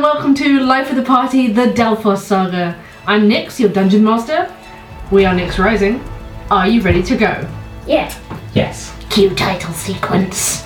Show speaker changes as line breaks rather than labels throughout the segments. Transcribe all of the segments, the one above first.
welcome to Life of the Party, the Delphos Saga. I'm Nyx, your Dungeon Master. We are Nyx Rising. Are you ready to go?
Yeah.
Yes.
Cue title sequence.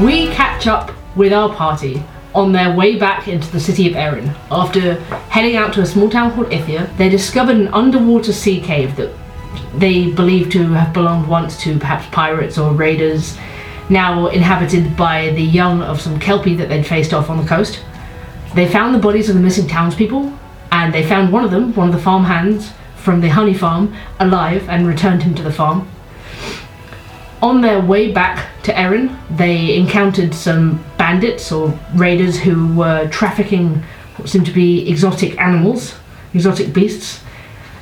We catch up with our party on their way back into the city of Erin. After heading out to a small town called Ithia, they discovered an underwater sea cave that they believe to have belonged once to perhaps pirates or raiders, now inhabited by the young of some Kelpie that they'd faced off on the coast. They found the bodies of the missing townspeople, and they found one of them, one of the farmhands from the honey farm, alive and returned him to the farm. On their way back to Erin, they encountered some bandits or raiders who were trafficking what seemed to be exotic animals, exotic beasts,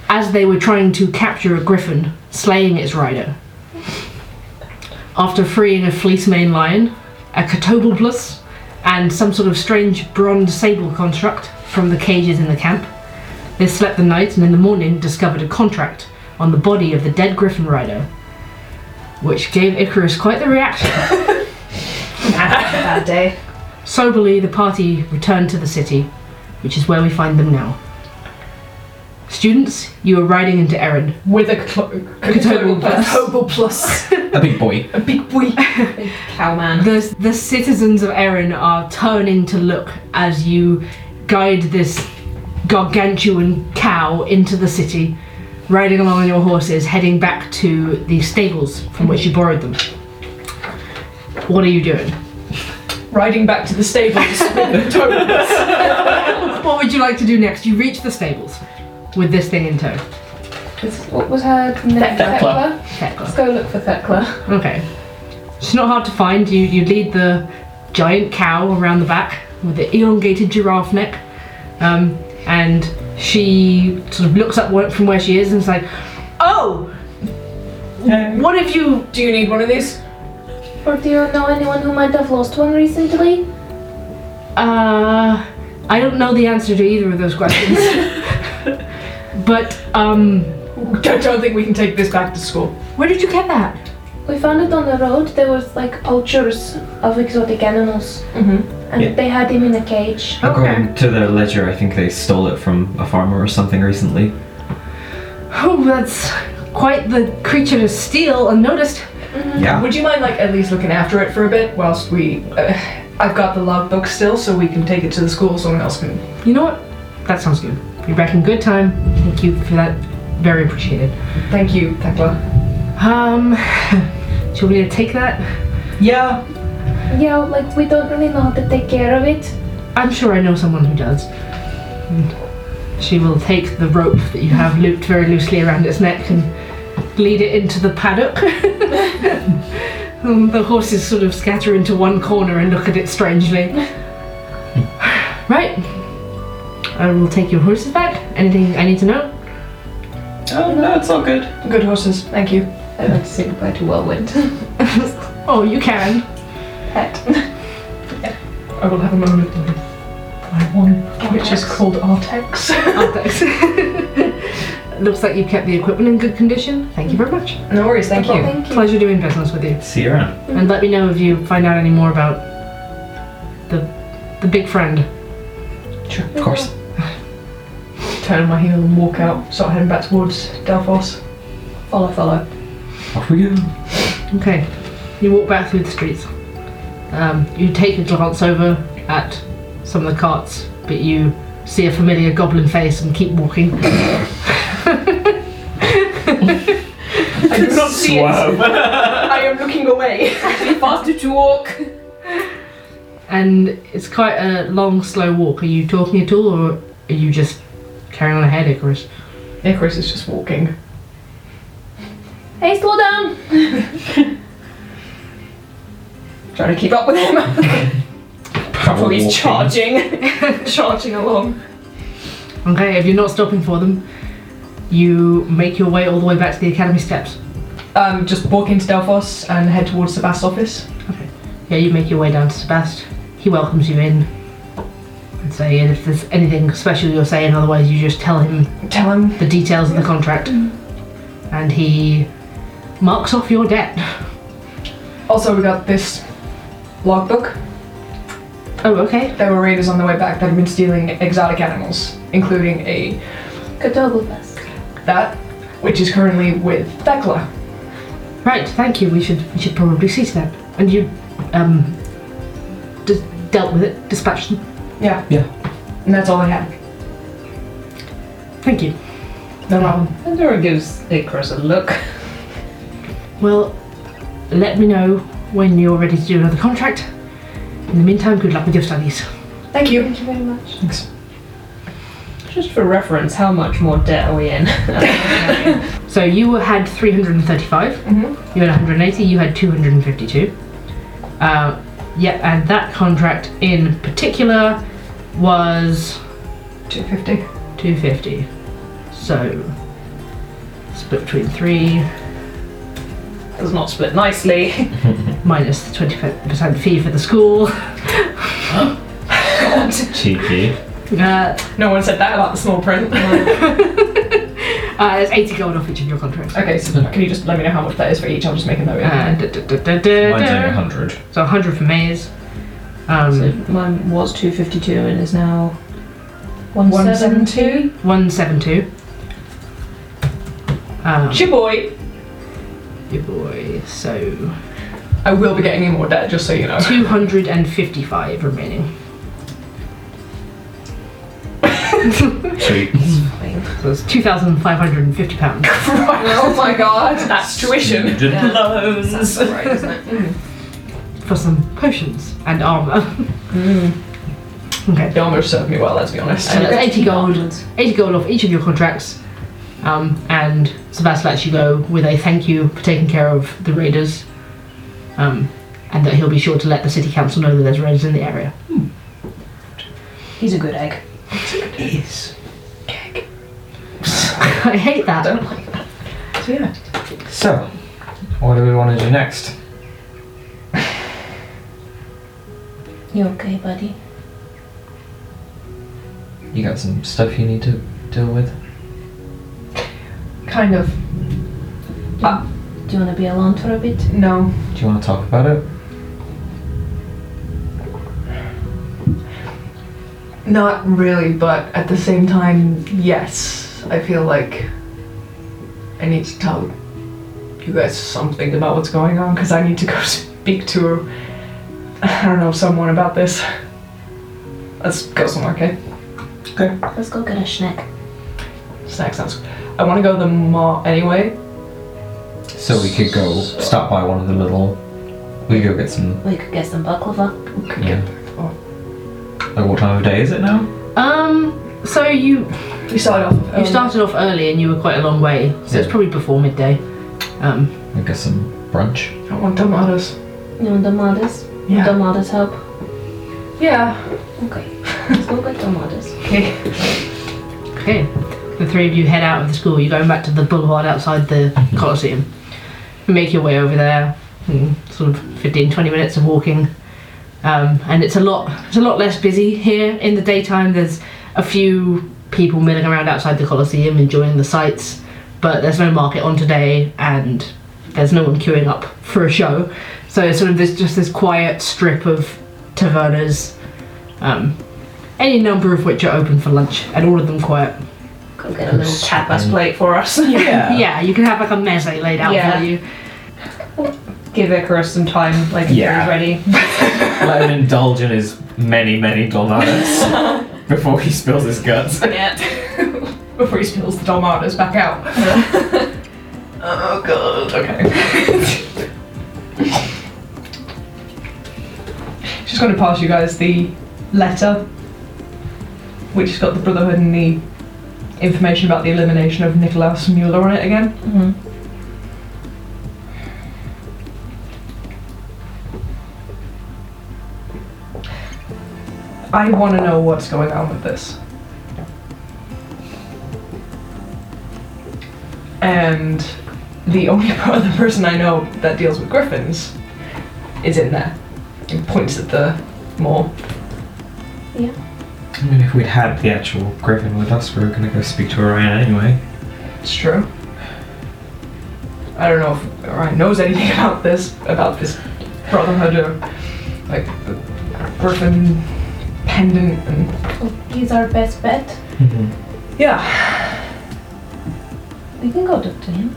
as they were trying to capture a griffin, slaying its rider. After freeing a fleece mane lion, a catobulus, and some sort of strange bronze sable construct from the cages in the camp, they slept the night and in the morning discovered a contract on the body of the dead griffin rider which gave Icarus quite the reaction.
Bad day.
Soberly, the party returned to the city, which is where we find them now. Students, you are riding into Erin.
With a clo-
Catobal plus.
Catobal plus.
A big boy.
a big boy.
Cowman.
The, the citizens of Erin are turning to look as you guide this gargantuan cow into the city, riding along on your horses, heading back to the stables from which you borrowed them. What are you doing?
Riding back to the stables with Catobal plus.
What would you like to do next? You reach the stables with this thing in tow.
What was her name?
Thekla.
Thekla.
Thekla.
Let's go look for Thekla.
Okay. It's not hard to find. You you lead the giant cow around the back with the elongated giraffe neck, um, and she sort of looks up wh- from where she is and is like, "Oh, what have you?
Do you need one of these?
Or do you know anyone who might have lost one recently?
Uh, I don't know the answer to either of those questions, but um,
I don't think we can take this back to school.
where did you get that?
We found it on the road. There was like poachers of exotic animals,
Mm-hmm.
and
Yeah.
they had him in a cage.
According to the ledger, I think they stole it from a farmer or something recently.
Oh, that's quite the creature to steal unnoticed."
Yeah.
Would you mind, like, at least looking after it for a bit whilst we. Uh, I've got the logbook still, so we can take it to the school. Someone else can.
You know what? That sounds good. You're back in good time. Thank you for that. Very appreciated.
Thank you, Thekla.
Um, do you want me to take that?
Yeah.
Yeah, like we don't really know how to take care of it.
I'm sure I know someone who does. And she will take the rope that you have looped very loosely around its neck and lead it into the paddock. and the horses sort of scatter into one corner and look at it strangely. right. I will take your horses back. Anything I need to know?
Oh no, it's all good.
Good horses. Thank you.
I'd like to say goodbye to Whirlwind.
Oh, you can.
Pet.
I will have a moment with my one, which is called Artex.
Oh, thanks. Looks like you've kept the equipment in good condition. Thank you very much.
no worries, thank you.
Thank you.
Pleasure doing business with you.
See you around.
And let me know if you find out any more about the the big friend.
Of course.
Turn on my heel and walk out, start heading back towards Delphos.
Follow, follow.
Off we go.
Okay. You walk back through the streets. Um, you take a glance over at some of the carts, but you see a familiar goblin face and keep walking.
I do not see it. I am looking away.
Faster to walk.
And it's quite a long, slow walk. Are you talking at all, or are you just carrying on ahead, Icarus?
Icarus is just walking.
Hey, slow down.
Trying to keep up with him.
Power walking.
charging. charging along.
Okay, if you're not stopping for them, you make your way all the way back to the academy steps.
Um, just walk into Delphos and head towards the Bass office.
Yeah, you make your way down to Sebast. He welcomes you in. and say if there's anything special you're saying, otherwise you just tell him
Tell him
the details of the contract. And he marks off your debt.
Also, we got this logbook.
Oh, okay.
There were raiders on the way back that had been stealing exotic animals, including a
Kotobelbus.
that, which is currently with Thekla.
Right, thank you. We should we should probably cease then. And you um d- dealt with it, dispatched them.
Yeah.
Yeah.
And that's all I had.
Thank you.
No problem.
Pandora gives Icarus a look.
Well, let me know when you're ready to do another contract. In the meantime, good luck with your studies.
Thank you.
Thank you very much.
Just for reference, how much more debt are we in?
So you had 335.
Mhm.
You had 180. You had 252. Uh, yeah, and that contract in particular was
250.
250. So split between three
Does not split nicely.
minus the 20% fee for the school.
Cheeky.
Uh,
No one said that about the small print. okay,
uh, there's 80 gold off each of your contracts.
so can you just let me know how much that is for each? I'll just make a note.
Uh, da, da, da, da, da,
Mine's only
da.
100.
So 100 for Maze. Um,
Mine was 252 and is now
172.
172. Um,
It's your boy.
your boy. So
I will be getting you more debt, just so you know.
255 remaining.
Sweet.
So it's 2,550 pounds.
oh my god. That's tuition.
That's right, isn't it?
for some potions and armor.
Mm.
Okay.
It almost served me well, let's be honest.
So that's 80 gold, 80 gold off each of your contracts. Um, and Sebastian lets you go with a thank you for taking care of the raiders. Um, and that he'll be sure to let the city council know that there's raiders in the area.
He's a good egg.
Yes.
I hate that.
don't like that. So yeah.
So, what do we want to do next?
You okay, buddy?
You got some stuff you need to deal with?
Kind of.
Do you want to be alone for a bit?
No.
Do you want to talk about it?
Not really, but at the same time, yes. I feel like I need to tell you guys something about what's going on because I need to go speak to, I don't know, someone about this. Let's go somewhere, okay?
Let's go get a snack.
Snack sounds. I want to go to the mall anyway.
So we could go stop by one of the little. We could go get some.
We could get some baklava.
We could
Yeah.
get there.
Like, what time of day is it now?
Um, so you
Oh. We started off.
you started off early and you were quite a long way, so it's
Yeah.
probably before midday. Um,
I guess some brunch.
I don't want tomatoes.
You want the mothers?
Yeah.
The mothers help?
yeah.
Okay. Let's go get the mothers.
Okay.
okay, the three of you head out of the school. You're going back to the boulevard outside the Colosseum. You make your way over there, mm, sort of 15, 20 minutes of walking, um, and it's a lot. It's a lot less busy here in the daytime. There's a few people milling around outside the Colosseum enjoying the sights, but there's no market on today, and there's no one queuing up for a show. So it's sort of this just this quiet strip of tavernas. Um, any number of which are open for lunch, and all of them quiet.
Go get a little chat.
Tapas plate for us.
Yeah.
Yeah, you can have like a meze laid out
Yeah.
for you.
Give Icarus some time, like
Yeah.
yeah. he's ready.
Let him indulge in his many, many dollars before he spills his guts.
Yeah.
Before he spills the tomatoes back out. oh god. Okay. Just going to pass you guys the letter, which has got the Brotherhood and the information about the elimination of Nikolaus Mueller on it again. I want to know what's going on with this. And the only other person I know that deals with griffins is in there and points at the mall.
Yeah.
I mean, if we'd had the actual griffin with us, we were going to go speak to Orion anyway.
It's true. I don't know if Orion knows anything about this, about this brotherhood of like the griffin pendant and
He's our best bet.
Mm-hmm.
yeah.
We can go talk to him.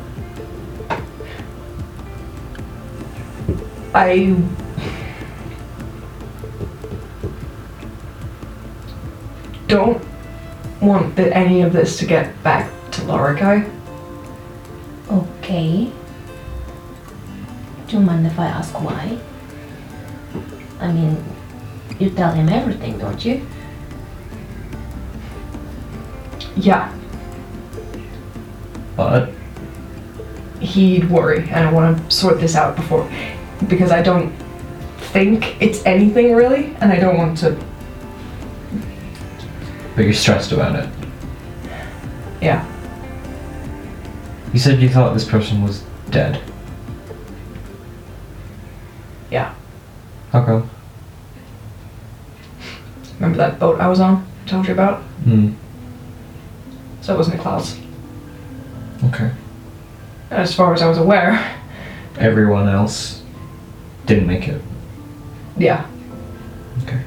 I don't want that any of this to get back to Lorikai.
Okay. Do you mind if I ask why? I mean, you tell him everything, don't you?
Yeah,
But
he'd worry, and I want to sort this out before because I don't think it's anything really, and I don't want to
but you're stressed about it.
Yeah.
You said you thought this person was dead.
Yeah.
How come?
Remember that boat I was on? I told you about?
Mm.
So it was in the clouds.
Okay.
And as far as I was aware,
Everyone else didn't make it.
yeah.
Okay.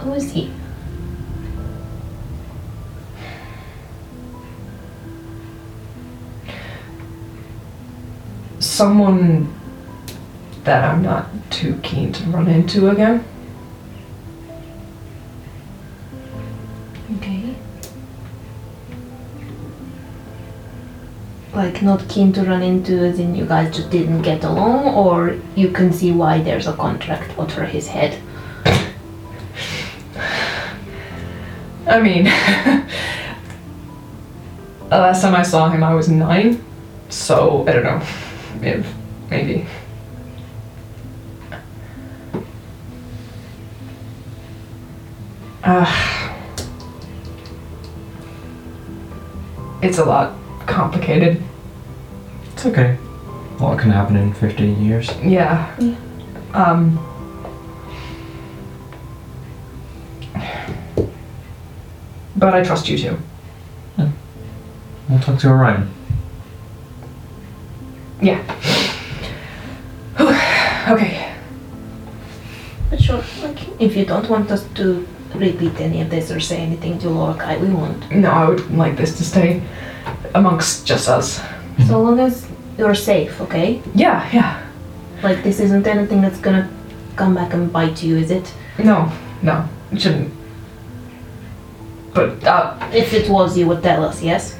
Who is he?
Someone that I'm not too keen to run into again.
Okay. Like, not keen to run into, as in you guys just didn't get along, or you can see why there's a contract over his head.
I mean, the last time I saw him, I was nine. So I don't know. If, maybe. Uh, it's a lot complicated.
It's okay. What can happen in 15 years?
Yeah.
Yeah.
Um. But I trust you too.
We'll talk to Orion.
Yeah. okay.
But sure, like, if you don't want us to repeat any of this or say anything to Lorcai, we won't.
No, I would like this to stay amongst just us.
So long as you're safe, okay?
Yeah, yeah.
Like, this isn't anything that's gonna come back and bite you, is it?
No, no, it shouldn't. But uh,
If it was, you would tell us, yes?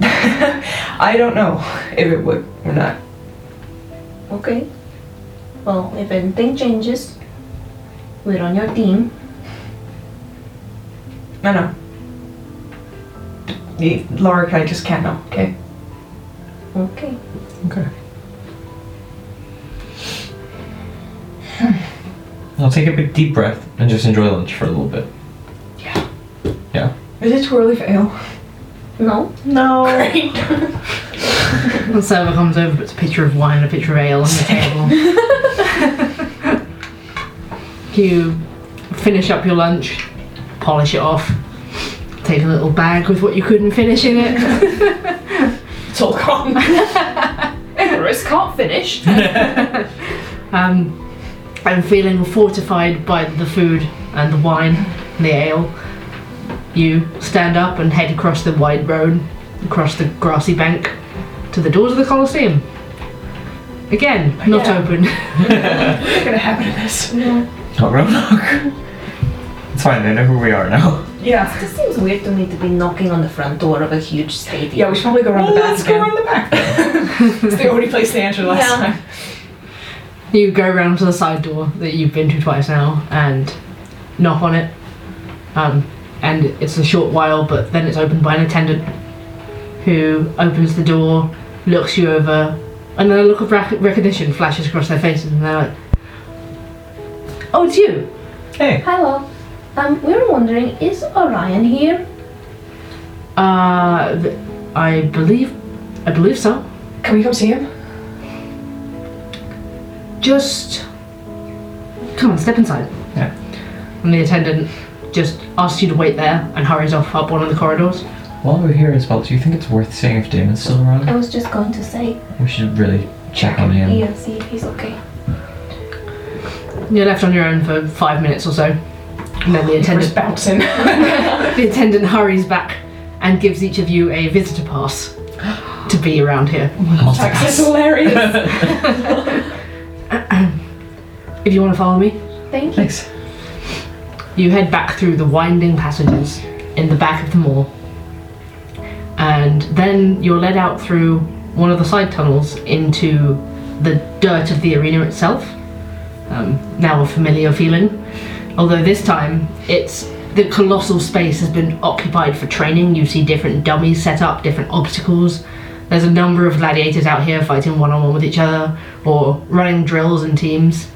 I don't know if it would or not.
Okay. Well, if anything changes, we're on your team.
I know. The Lark, I just can't know. Okay.
Okay.
Okay. Hmm. I'll take a big deep breath and just enjoy lunch for a little bit.
Is it too early for ale?
No?
The server comes over, puts a pitcher of wine and a pitcher of ale on the table. you finish up your lunch, polish it off, take a little bag with what you couldn't finish in it.
It's all gone. Everest can't finish.
Um, and feeling fortified by the food and the wine and the ale, you stand up and head across the wide road, across the grassy bank, to the doors of the Colosseum. Again, not
Yeah.
open.
What's gonna happen to this?
Knock, knock, knock. It's fine, they know who we are now.
Yeah.
This seems weird to me to be knocking on the front door of a huge stadium.
Yeah, we should probably Oh, go around the back.
Let's go
again.
around the back.
It's the only place they answered last
Yeah.
time.
You go round to the side door that you've been to twice now and knock on it. Um, and it's a short while, but then it's opened by an attendant who opens the door, looks you over, and then a look of rec- recognition flashes across their faces, and they're like, "Oh, it's you!
Hey.
Hello. Um, we were wondering, is Orion here?
Uh, th- I believe, I believe so.
Can we come see him?
Just Come on, step inside.
Yeah.
And the attendant just asks you to wait there and hurries off up one of the corridors.
While we're here as well, do you think it's worth seeing if Damon's still around?
I was just going to say,
We should really check on him.
yeah, see if he's okay.
You're left on your own for five minutes or so. And then the
Chris
attendant,
bouncing.
the attendant hurries back and gives each of you a visitor pass to be around here.
That's hilarious.
If you want to follow me.
Thank you.
Thanks.
You head back through the winding passages in the back of the mall, and then you're led out through one of the side tunnels into the dirt of the arena itself. Um, now a familiar feeling, although this time it's the colossal space has been occupied for training. You see different dummies set up, different obstacles. There's a number of gladiators out here fighting one on one with each other or running drills in teams.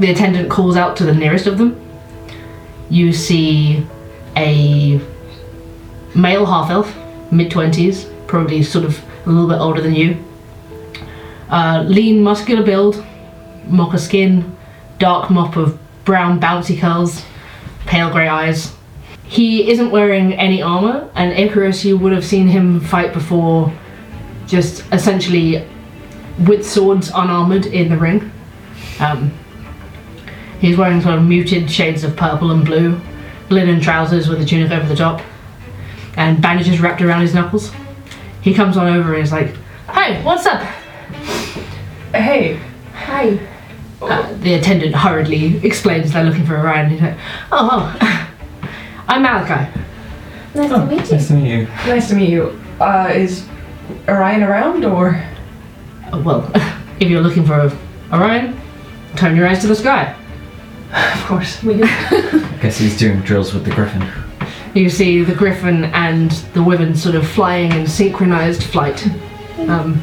The attendant calls out to the nearest of them you see a male half elf, mid 20s, probably sort of a little bit older than you. Uh, lean, muscular build, mocha skin, dark mop of brown, bouncy curls, pale grey eyes. He isn't wearing any armour, and Icarus, you would have seen him fight before, just essentially with swords unarmoured in the ring. Um, He's wearing sort of muted shades of purple and blue, linen trousers with a tunic over the top, and bandages wrapped around his knuckles. He comes on over and is like, Hey, what's up?
Hey,
Hi.
Uh, the attendant hurriedly explains they're looking for Orion. He's like, Oh, oh. I'm Malachi.
Nice to meet you.
Oh,
nice
Nice to meet you.
to meet you. Uh, is Orion around or?
"Oh, Well, if you're looking for Orion, turn your eyes to the sky.
Of course.
Guess he's doing drills with the griffin.
You see the griffin and the wyvern sort of flying in synchronized flight, um,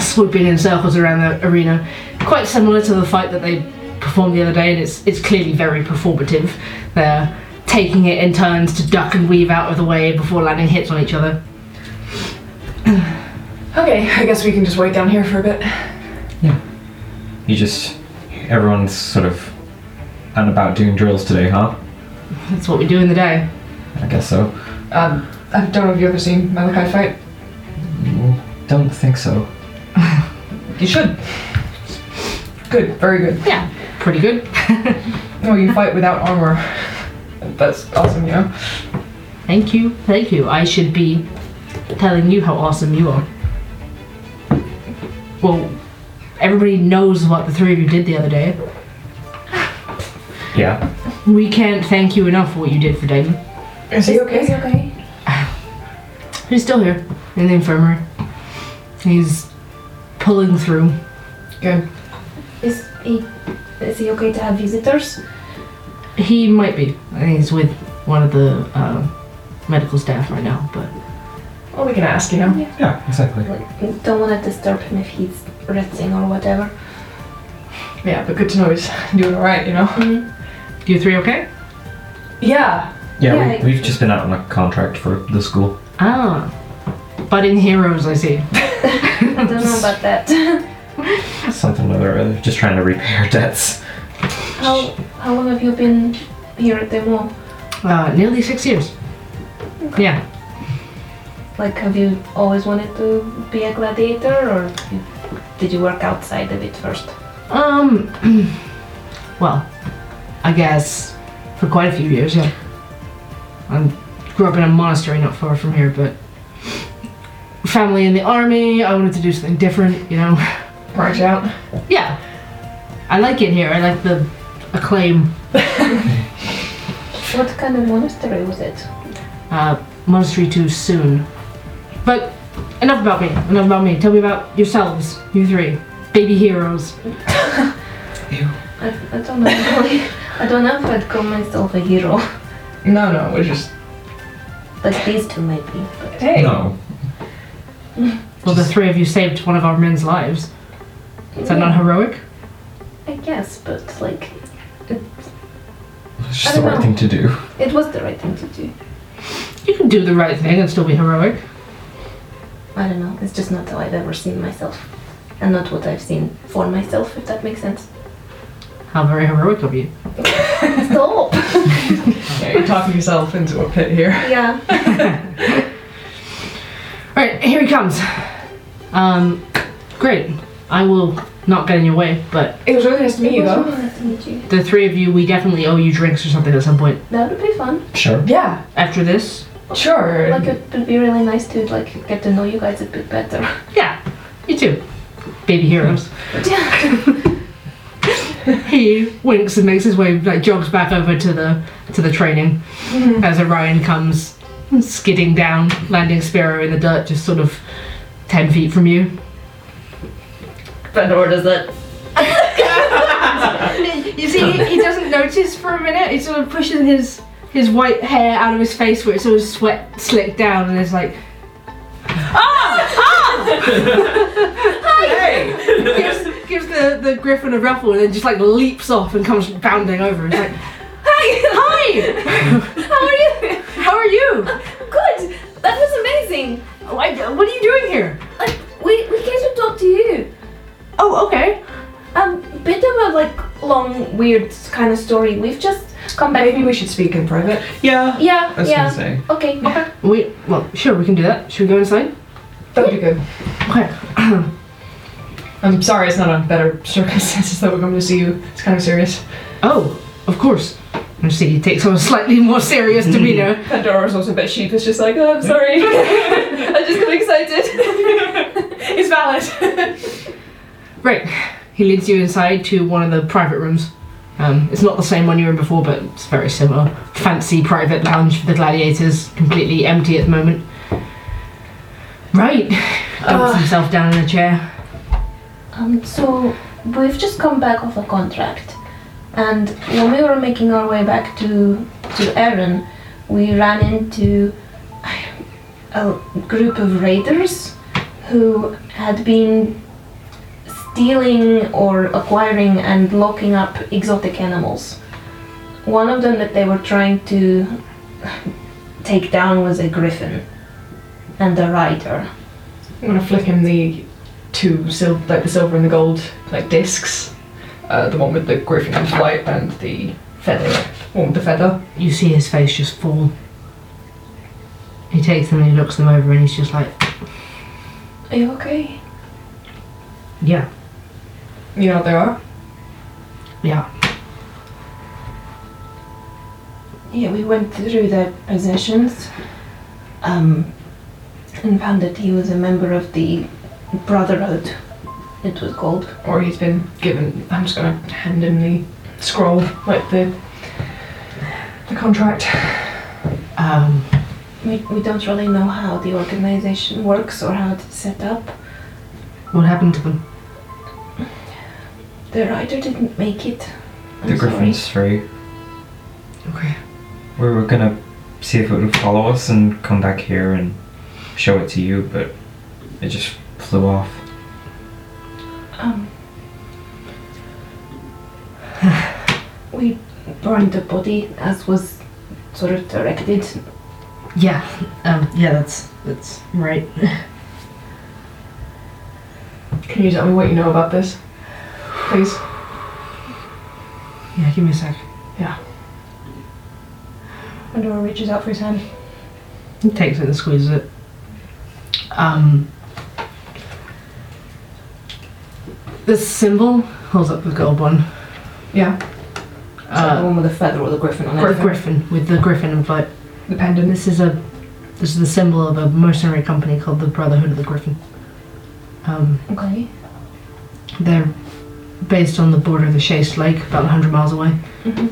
swooping in circles around the arena, quite similar to the fight that they performed the other day. And it's it's clearly very performative. They're taking it in turns to duck and weave out of the way before landing hits on each other.
Okay, I guess we can just wait down here for a bit.
You just. Everyone's sort of. And about doing drills today, huh?
That's what we do in the day.
I guess so.
Um, I don't know if you've ever seen Malachi fight.
Don't think so.
You should. Good, very good.
Yeah, pretty good.
No, you fight without armor. That's awesome, you know?
Thank you, thank you. I should be telling you how awesome you are. Well, everybody knows what the three of you did the other day.
Yeah.
We can't thank you enough for what you did for Damon.
Is he okay?
Is he okay?
He's still here in the infirmary. He's pulling through.
Good.
Is he, is he okay to have visitors?
He might be. I think he's with one of the uh, medical staff right now, but
Well, we can ask, you know?
Yeah, exactly.
Like, don't want to disturb him if he's resting or whatever.
Yeah, but good to know he's doing alright, you know?
you three okay?
Yeah.
Yeah,
Yeah, I-
we, we've just been out on a contract for the school.
Ah, budding heroes, I see.
I don't know about that.
Something or other. Just trying to repair debts.
how, how long have you been here at the mall?
Uh, nearly six years. Yeah.
Like, have you always wanted to be a gladiator, or did you work outside a bit first?
Um. Well, I guess for quite a few years, yeah. I grew up in a monastery not far from here, but family in the army. I wanted to do something different, you know.
Branch out.
Yeah, I like it here. I like the acclaim.
What kind of monastery was it?
Uh, monastery too soon, but enough about me. Enough about me. Tell me about yourselves, you three, baby heroes.
I, I don't know. I don't know if I'd call myself a hero.
No, no, we're just.
Like these two, maybe.
Hey.
No.
Well, the three of you saved one of our men's lives. Is that not heroic?
I guess, but like,
It's
I
just the
don't
right
know.
thing to do.
it was the right thing to do.
You can do the right thing and still be heroic.
I don't know. It's just not how I've ever seen myself, and not what I've seen for myself, if that makes sense.
How very heroic of you.
Stop.
Yeah, you're talking yourself into a pit here.
yeah.
Alright, here he comes. Um, great. I will not get in your way, but
It was really nice to meet you, though.
Nice to meet you.
the three of you, we definitely owe you drinks or something at some point.
That would be fun.
Sure.
Yeah,
After this,
sure.
Like it would be really nice to like get to know you guys a bit better.
yeah, you too. Baby heroes.
Yeah.
He winks and makes his way, like jogs back over to the to the training as Orion comes skidding down, landing Sparrow in the dirt, just sort of ten feet from you.
Fandor does that.
You see, he, he doesn't notice for a minute. He sort of pushes his his white hair out of his face, where it's sort of sweat slicked down, and it's like, "Ah!
Hey!
gives, gives the, the griffin a ruffle, and then just like leaps off and comes bounding over. It's like, hi, hi,
How are you?
how are you?
Good. That was amazing.
Why, what are you doing here?
Like we we came to talk to you.
Oh, okay.
Um, bit of a like long weird kind of story. We've just come back.
Maybe we should speak in private.
Yeah.
Yeah.
I was
yeah.
gonna say.
Okay. Okay.
We well, sure, we can do that. Should we go inside?
That'd be good.
Okay.
I'm sorry it's not on better circumstances that we're going to see you. It's kind of serious.
Oh, of course. You see, he takes on a slightly more serious demeanor.
Pandora's also a bit sheep. It's just like, oh, I'm sorry. I just got excited. it's valid.
Right. He leads you inside to one of the private rooms. Um, it's not the same one you were in before, but it's very similar. Fancy private lounge for the gladiators, completely empty at the moment. Right. Dumps himself down in a chair.
Um, so we've just come back off a contract, and when we were making our way back to to Erin, we ran into a group of raiders who had been stealing or acquiring and locking up exotic animals. One of them that they were trying to take down was a griffin and a rider.
I'm gonna flick him the two sil- like the silver and the gold like discs. Uh, the one with the griffin on flight and the feather. One with the feather.
You see his face just fall. He takes them and he looks them over and he's just like,
Are you okay?
yeah,
You know what they are?
yeah.
Yeah, we went through their possessions um, and found that he was a member of the Brotherhood, it was called.
Or he's been given. I'm just gonna hand him the scroll, like the the contract.
Um,
We, we don't really know how the organization works or how it's set up.
what happened to them?
The writer didn't make it. I'm
the
sorry.
Griffin's free.
Okay.
We were gonna see if it would follow us and come back here and show it to you, but it just flew off.
Um, we burned the body as was sort of directed.
Yeah, um, yeah, that's that's right.
Can you tell me what you know about this, please?
Yeah, give me a sec.
Pandora reaches out for his hand.
He takes it and squeezes it. Um, this symbol holds up the gold one.
Yeah,
So the
Uh,
one with the feather or the griffin on it.
the griffin with the griffin and flight.
the
And
pendant.
this is a this is the symbol of a mercenary company called the Brotherhood of the Griffin. Um,
Okay.
they're based on the border of the Chase Lake, about 100 miles away.
Mhm.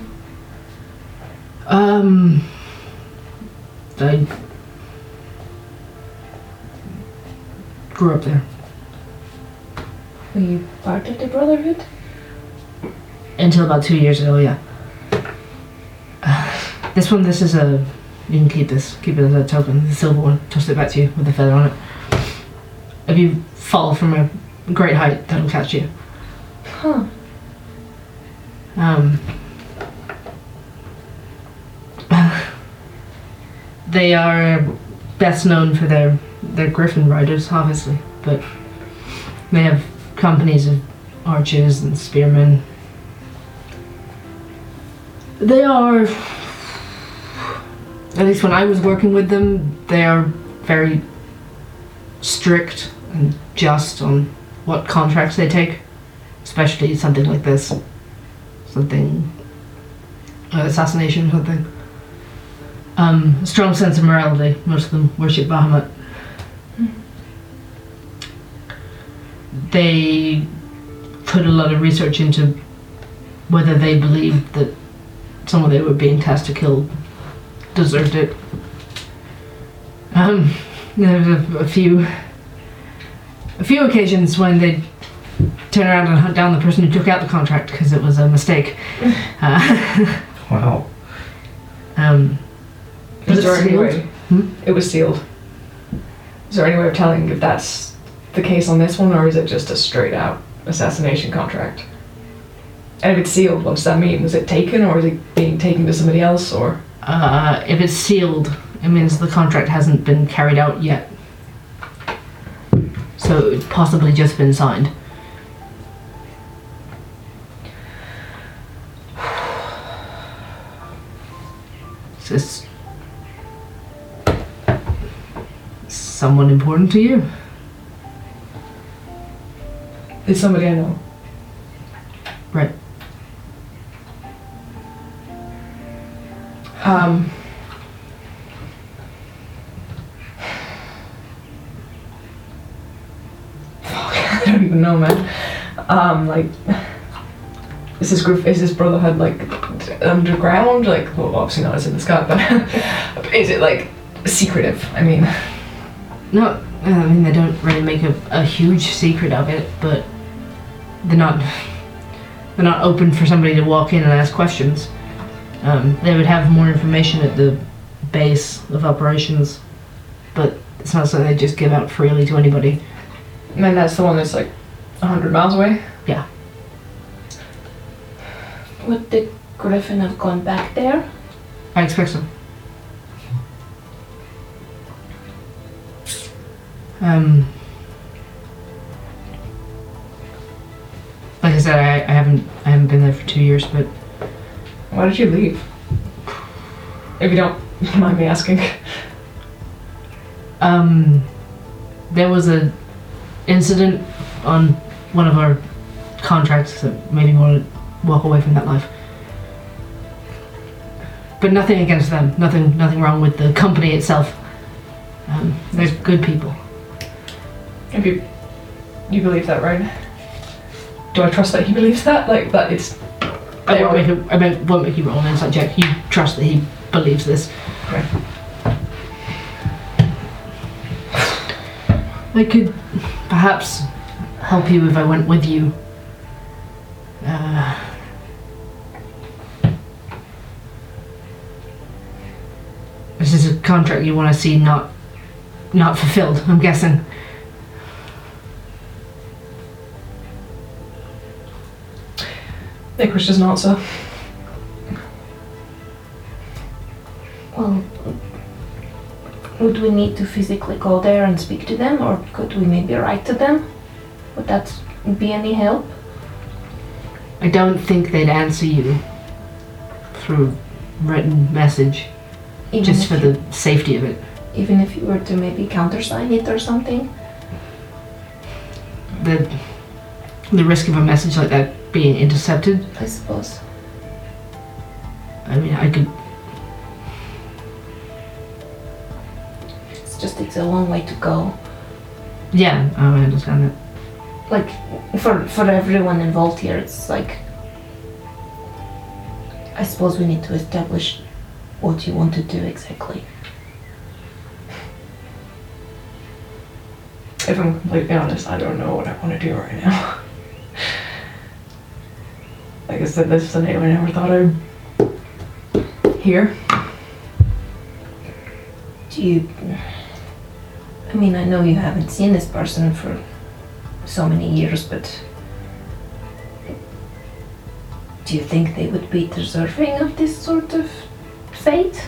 Um, I grew up there
Were you part of the Brotherhood?
until about two years ago. Yeah. Uh, this one, this is a. You can keep this. Keep it as a token. The silver one. Toss it back to you with the feather on it. If you fall from a great height, that'll catch you.
Huh.
Um, they are best known for their their griffin riders, obviously, but they have companies of archers and spearmen, They are. At least when I was working with them, they are very strict and just on what contracts they take, especially something like this. Something. Uh, assassination, something. Um, strong sense of morality. Most of them worship Bahamut. They put a lot of research into whether they believed that someone they were being tasked to kill deserved it. Um, there's a, a few, a few occasions when they turn around and hunt down the person who took out the contract because it was a mistake. Uh,
Wow.
um, was
Is there
it
any
sealed?
way?
Hmm?
It was sealed. Is there any way of telling if that's the case on this one, or is it just a straight out assassination contract? And if it's sealed, what does that mean? Was it taken, or is it being taken to somebody else, or
uh, if it's sealed, it means the contract hasn't been carried out yet. So it's possibly just been signed. Is this someone important to you?
is somebody I know?
Right.
Um. Fuck, I don't even know, man. Um, like, is this group, is this brotherhood like d- underground? Like, well, obviously not. It's in the sky, but is it like secretive? I mean,
No, I mean they don't really make a, a huge secret of it, but they're not they're not open for somebody to walk in and ask questions. Um, they would have more information at the base of operations, but it's not something they just give out freely to anybody.
man, that's the one that's like hundred miles away.
Would the griffin have gone back there?
I expect so. Um, like I said, I, I haven't I haven't been there for two years, but
Why did you leave? If you don't mind me asking.
Um, there was a incident on one of our contracts that made me want to walk away from that life. But nothing against them. Nothing. Nothing wrong with the company itself. Um, they're good people.
If you you believe that, right? Do I trust that he believes that? Like that it's
I
They
won't
are-
make you. I won't- won't make you roll an insight check. You trust that he believes this.
Okay.
I could perhaps help you if I went with you. Uh, this is a contract you want to see not not fulfilled. I'm guessing.
Nicholas doesn't answer.
Well, would we need to physically go there and speak to them, or could we maybe write to them? Would that be any help?
I don't think they'd answer you through written message,
Even
just
if
for
you,
the safety of it.
even if you were to maybe countersign it or something.
the the risk of a message like that being intercepted.
I suppose.
I mean, I could.
It's just it's a long way to go.
Yeah, oh, I understand that.
Like for for everyone involved here, it's like. I suppose we need to establish what you want to do exactly.
If I'm completely honest, I don't know what I want to do right now. like I said, this is a name I never thought I'd hear.
Do you? I mean, I know you haven't seen this person for so many years, but do you think they would be deserving of this sort of fate?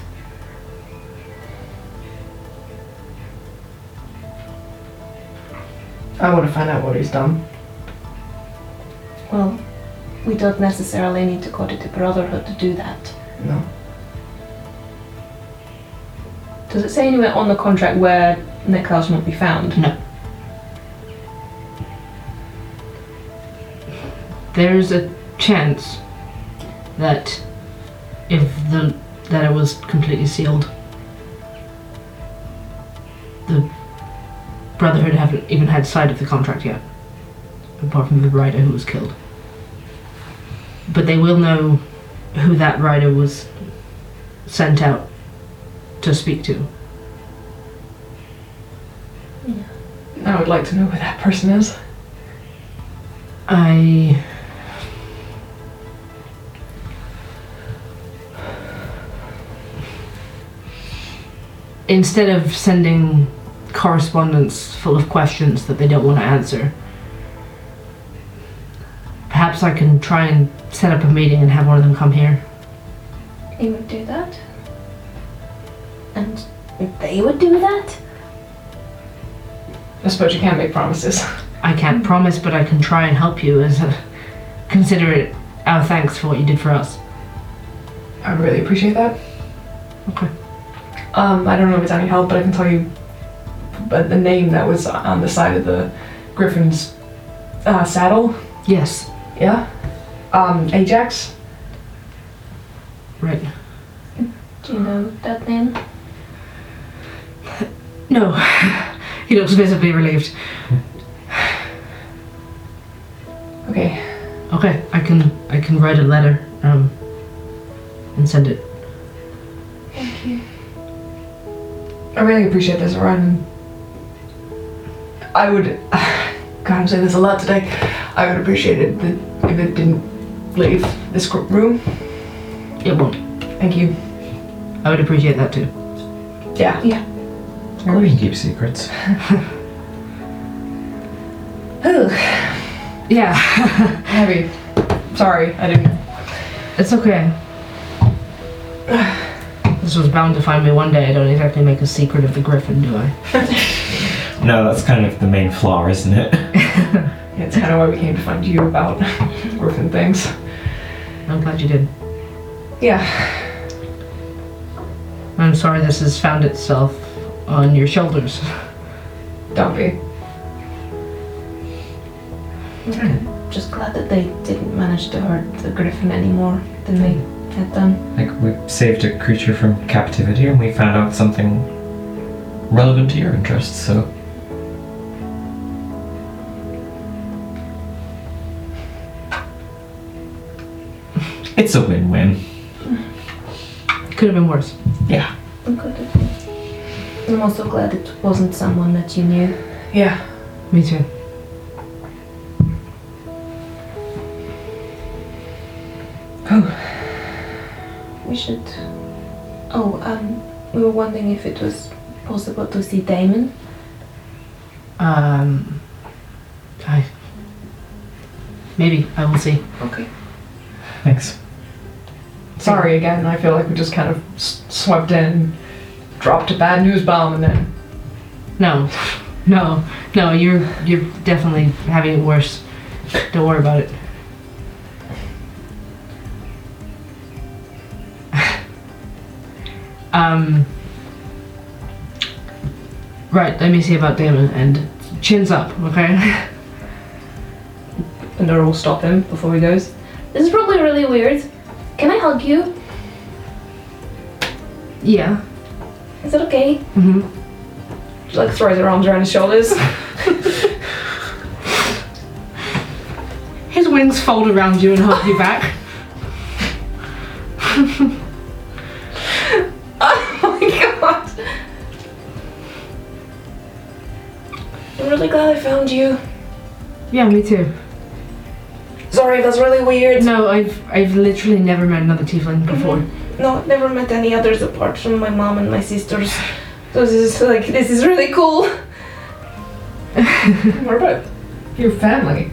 I want to find out what he's done.
Well, we don't necessarily need to go to the Brotherhood to do that.
No.
Does it say anywhere on the contract where Nectar will not be found?
There's a chance that if the letter was completely sealed, the Brotherhood haven't even had sight of the contract yet, apart from the rider who was killed. But they will know who that rider was sent out to speak to.
I would like to know where that person is.
I. Instead of sending correspondence full of questions that they don't want to answer, perhaps I can try and set up a meeting and have one of them come here.
He would do that. And they would do that?
I suppose you can't make promises.
I can't promise, but I can try and help you as a, consider it our thanks for what you did for us.
I would really appreciate that.
Okay.
Um, I don't know if it's any help, but I can tell you but the name that was on the side of the griffin's uh, saddle.
Yes,
Yeah. Um, Ajax.
right.
Do you know that name?
No. he looks visibly relieved.
Okay.
Okay, I can I can write a letter um, and send it.
Thank you.
I really appreciate this run. I would. God, I'm saying this a lot today. I would appreciate it that if it didn't leave this gr- room.
It won't.
Thank you.
I would appreciate that too.
Yeah.
Or we can keep secrets.
Ugh,
Yeah,
heavy. Sorry, I didn't.
it's okay. This was bound to find me one day. I don't exactly make a secret of the griffin, do I?
No, that's kind of the main flaw, isn't it?
Yeah, it's kind of why we came to find you about griffin things.
I'm glad you did.
Yeah.
I'm sorry this has found itself on your shoulders.
Don't be.
Just glad that they didn't manage to hurt the griffin any more than they had done.
Like, we saved a creature from captivity and we found out something relevant to your interests, so. It's a win win.
Could have been worse.
Yeah.
I'm Oh, good at it. I'm also glad it wasn't someone that you knew.
Yeah.
Me too.
We should. Oh, um, we were wondering if it was possible to see Damon.
Um, I maybe I will see.
Okay.
Thanks.
Sorry again. I feel like we just kind of s- swept in, dropped a bad news bomb, and then
No, no, no. You're you're definitely having it worse. Don't worry about it. um. Right. Let me see about Damon and chins up. Okay.
And Nora will stop him before he goes.
This is probably really weird. Can I hug you?
Yeah.
Is it okay?
hmm
She like throws her arms around his shoulders.
His wings fold around you and hug you back.
Oh my god! I'm really glad I found you.
Yeah, me too.
Sorry, that's really weird.
No, I've I've literally never met another tiefling before.
No, I've never met any others apart from my mom and my sisters. So this is like, this is really cool.
what about your family?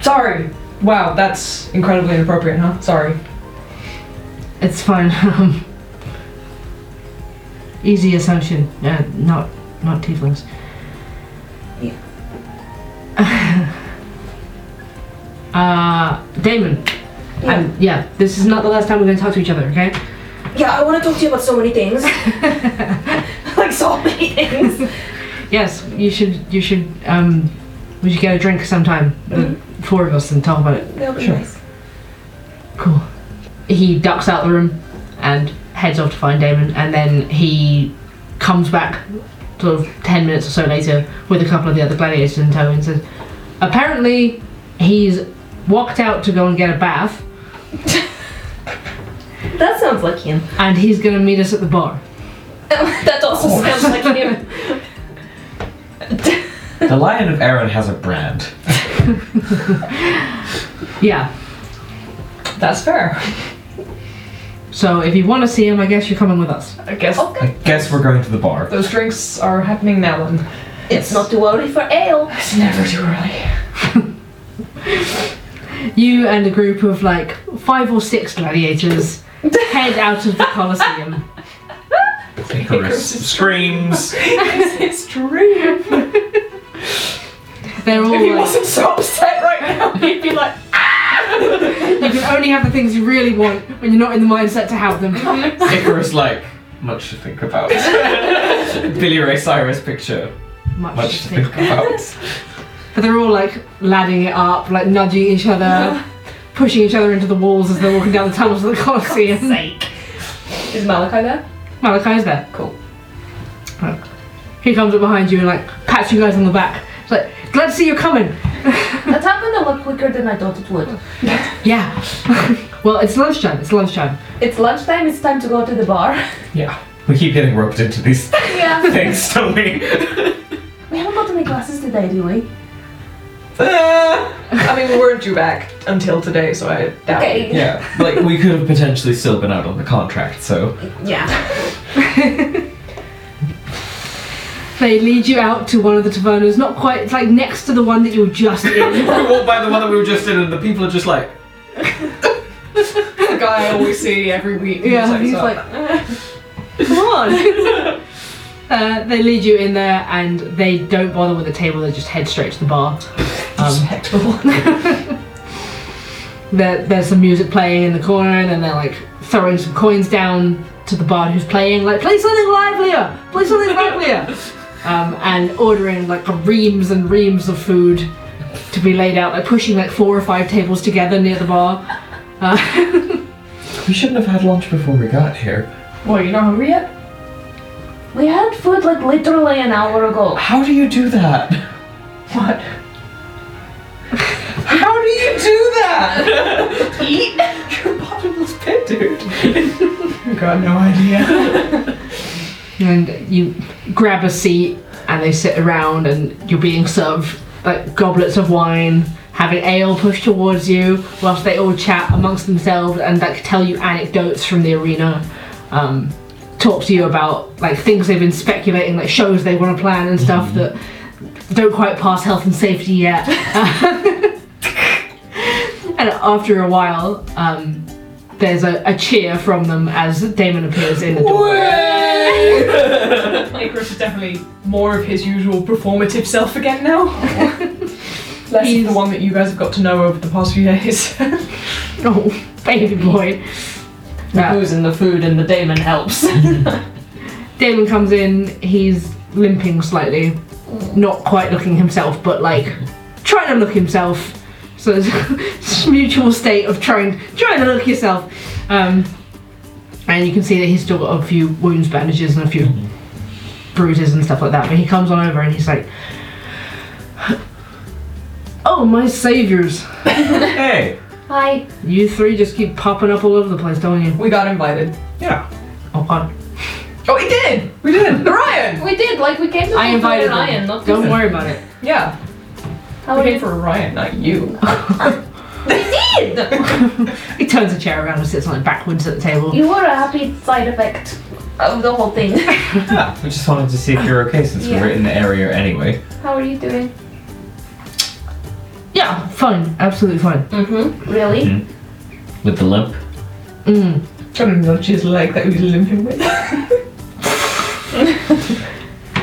Sorry. Wow, that's incredibly inappropriate, huh? Sorry.
It's fine. Um, easy assumption. Uh, not not tieflings.
Yeah.
uh, Damon, And yeah, this is not the last time we're going to talk to each other, okay?
Yeah, I want to talk to you about so many things. like so many things.
Yes, you should. You should. Um, we should get a drink sometime, the four of us, and talk about it.
That'll be nice.
Cool. He ducks out the room and heads off to find Damon, and then he comes back, sort of ten minutes or so later, with a couple of the other gladiators in tow, and says, "Apparently, he's walked out to go and get a bath,
That sounds like him.
and he's going to meet us at the bar."
that also sounds like him.
The Lion of Erin has a brand.
Yeah.
That's fair.
So if you want to see him, I guess you're coming with us.
I guess
I guess we're going to the bar.
those drinks are happening now then.
It's not too early for ale.
It's never too early.
You and a group of like five or six gladiators head out of the Colosseum.
Icarus screams.
it's true.
They're all
If he
like,
wasn't so upset right now, he'd be like,
you can only have the things you really want when you're not in the mindset to have them.
Icarus, like, much to think about. Billy Ray Cyrus picture,
Much,
much
to
to
think.
think about.
But they're all like ladding it up, like nudging each other, pushing each other into the walls as they're walking down the tunnels of the Colosseum.
Is Malachi there?
Malachi's there.
Cool.
Right. He comes up behind you and like pats you guys on the back. It's like, glad to see you're coming.
That happened a lot quicker than I thought it would.
Yeah. well, it's lunchtime. It's lunchtime.
It's lunchtime, it's time to go to the bar.
Yeah. We keep getting roped into these
Yeah.
things, don't we?
We haven't got any glasses today, do we?
ah. I mean, we weren't due back until today, so I doubt it.
Okay.
Yeah. Like, we could have potentially still been out on the contract, so.
Yeah.
They lead you out to one of the tavernas, not quite, it's like next to the one that you were just in.
We walked by the one that we were just in, and the people are just like,
The guy I always see every week.
Yeah,
so-
he's
so-
like, come on. uh, they lead you in there and they don't bother with the table, they just head straight to the bar. Um,
respectable.
there, there's some music playing in the corner and then they're like throwing some coins down to the bard who's playing, like, play something livelier, play something livelier. Um, and ordering like reams and reams of food to be laid out, like pushing like four or five tables together near the bar. Uh,
We shouldn't have had lunch before we got here.
Boy, you're not hungry yet?
We had food like literally an hour ago.
How do you do that?
What?
How do you do that?
You're a bottomless pit, dude. I got no idea.
and you grab a seat and they sit around and you're being served like goblets of wine having ale pushed towards you whilst they all chat amongst themselves and like tell you anecdotes from the arena um, talk to you about like things they've been speculating like shows they want to plan and stuff that don't quite pass health and safety yet and after a while um, there's a, a cheer from them as Damon appears in the door.
Icarus is definitely more of his usual performative self again now. Less
He's-
of the one that you guys have got to know over the past few days.
Oh, baby boy. Uh,
Who's in the food and the Damon helps.
Damon comes in, he's limping slightly, not quite looking himself, but like trying to look himself. So there's this mutual state of trying trying to look yourself. Um, and you can see that he's still got a few wounds, bandages, and a few bruises and stuff like that. But he comes on over and he's like, Oh, my saviors.
Hey.
Hi.
You three just keep popping up all over the place, don't you?
we got invited.
Yeah.
Oh, God.
Oh, we did! We did! Orion!
we did, like we came to
I
the
invited them.
Orion, not
Don't worry about it.
Yeah.
How
We
are
came
you?
for Orion, not you.
He turns a chair around and sits on it backwards at the table.
You were a happy side effect of the whole thing.
Yeah. We just wanted to see if you're okay since we were
Yeah.
in the area anyway.
How are you doing?
Yeah, fine, absolutely fine.
Mm-hmm. Really?
With the limp.
Mm.
Trying to nudge his leg that we limping with.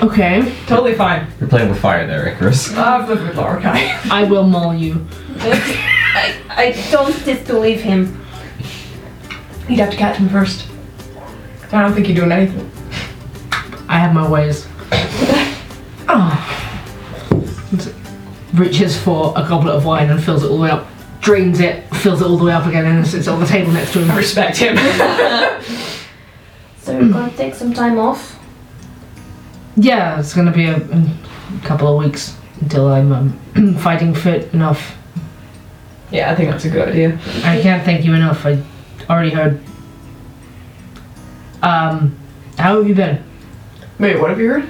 Okay,
totally fine.
You're playing with fire there, Icarus.
I've lived with Laura Kai.
I will maul you.
I, I don't disbelieve him.
You'd have to catch him first. I don't think you're doing anything.
I have my ways. oh. Reaches for a goblet of wine and fills it all the way up. Drains it, fills it all the way up again, and sits on the table next to him.
Respect him.
So you're gonna take some time off.
Yeah, it's gonna be a, a couple of weeks until I'm um, fighting fit enough.
Yeah, I think that's a good idea.
I can't thank you enough. I already heard. Um, how have you been?
Wait, what have you heard?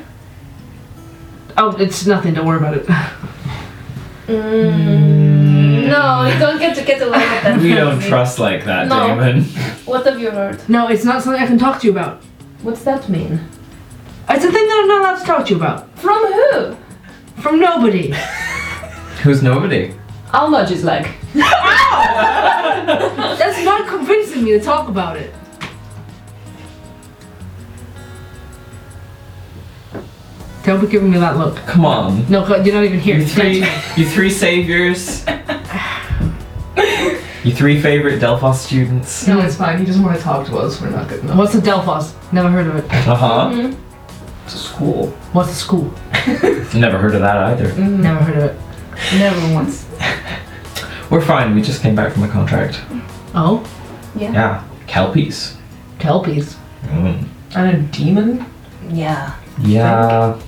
Oh, it's nothing. Don't worry about it.
Mm. No, you don't get to get away with that.
We don't trust like that,
No.
Damon.
What have you heard?
No, it's not something I can talk to you about.
What's that mean?
It's a thing that I'm not allowed to talk to you about.
From who?
From nobody.
Who's nobody?
I'll nudge his leg.
That's not convincing me to talk about it. Don't be giving me that look.
Come on.
No, you're not even here.
You three, you three saviors. you three favorite Delphos students.
No, it's fine. He doesn't want to talk to us. We're not good enough.
What's a Delphos? Never heard of it.
Uh huh. It's a school.
What's a school?
Never heard of that either.
Never heard of it.
Never once.
We're fine. We just came back from a contract.
Oh,
Yeah. Kelpies.
Kelpies.
Mm.
And a demon?
Yeah,
Yeah.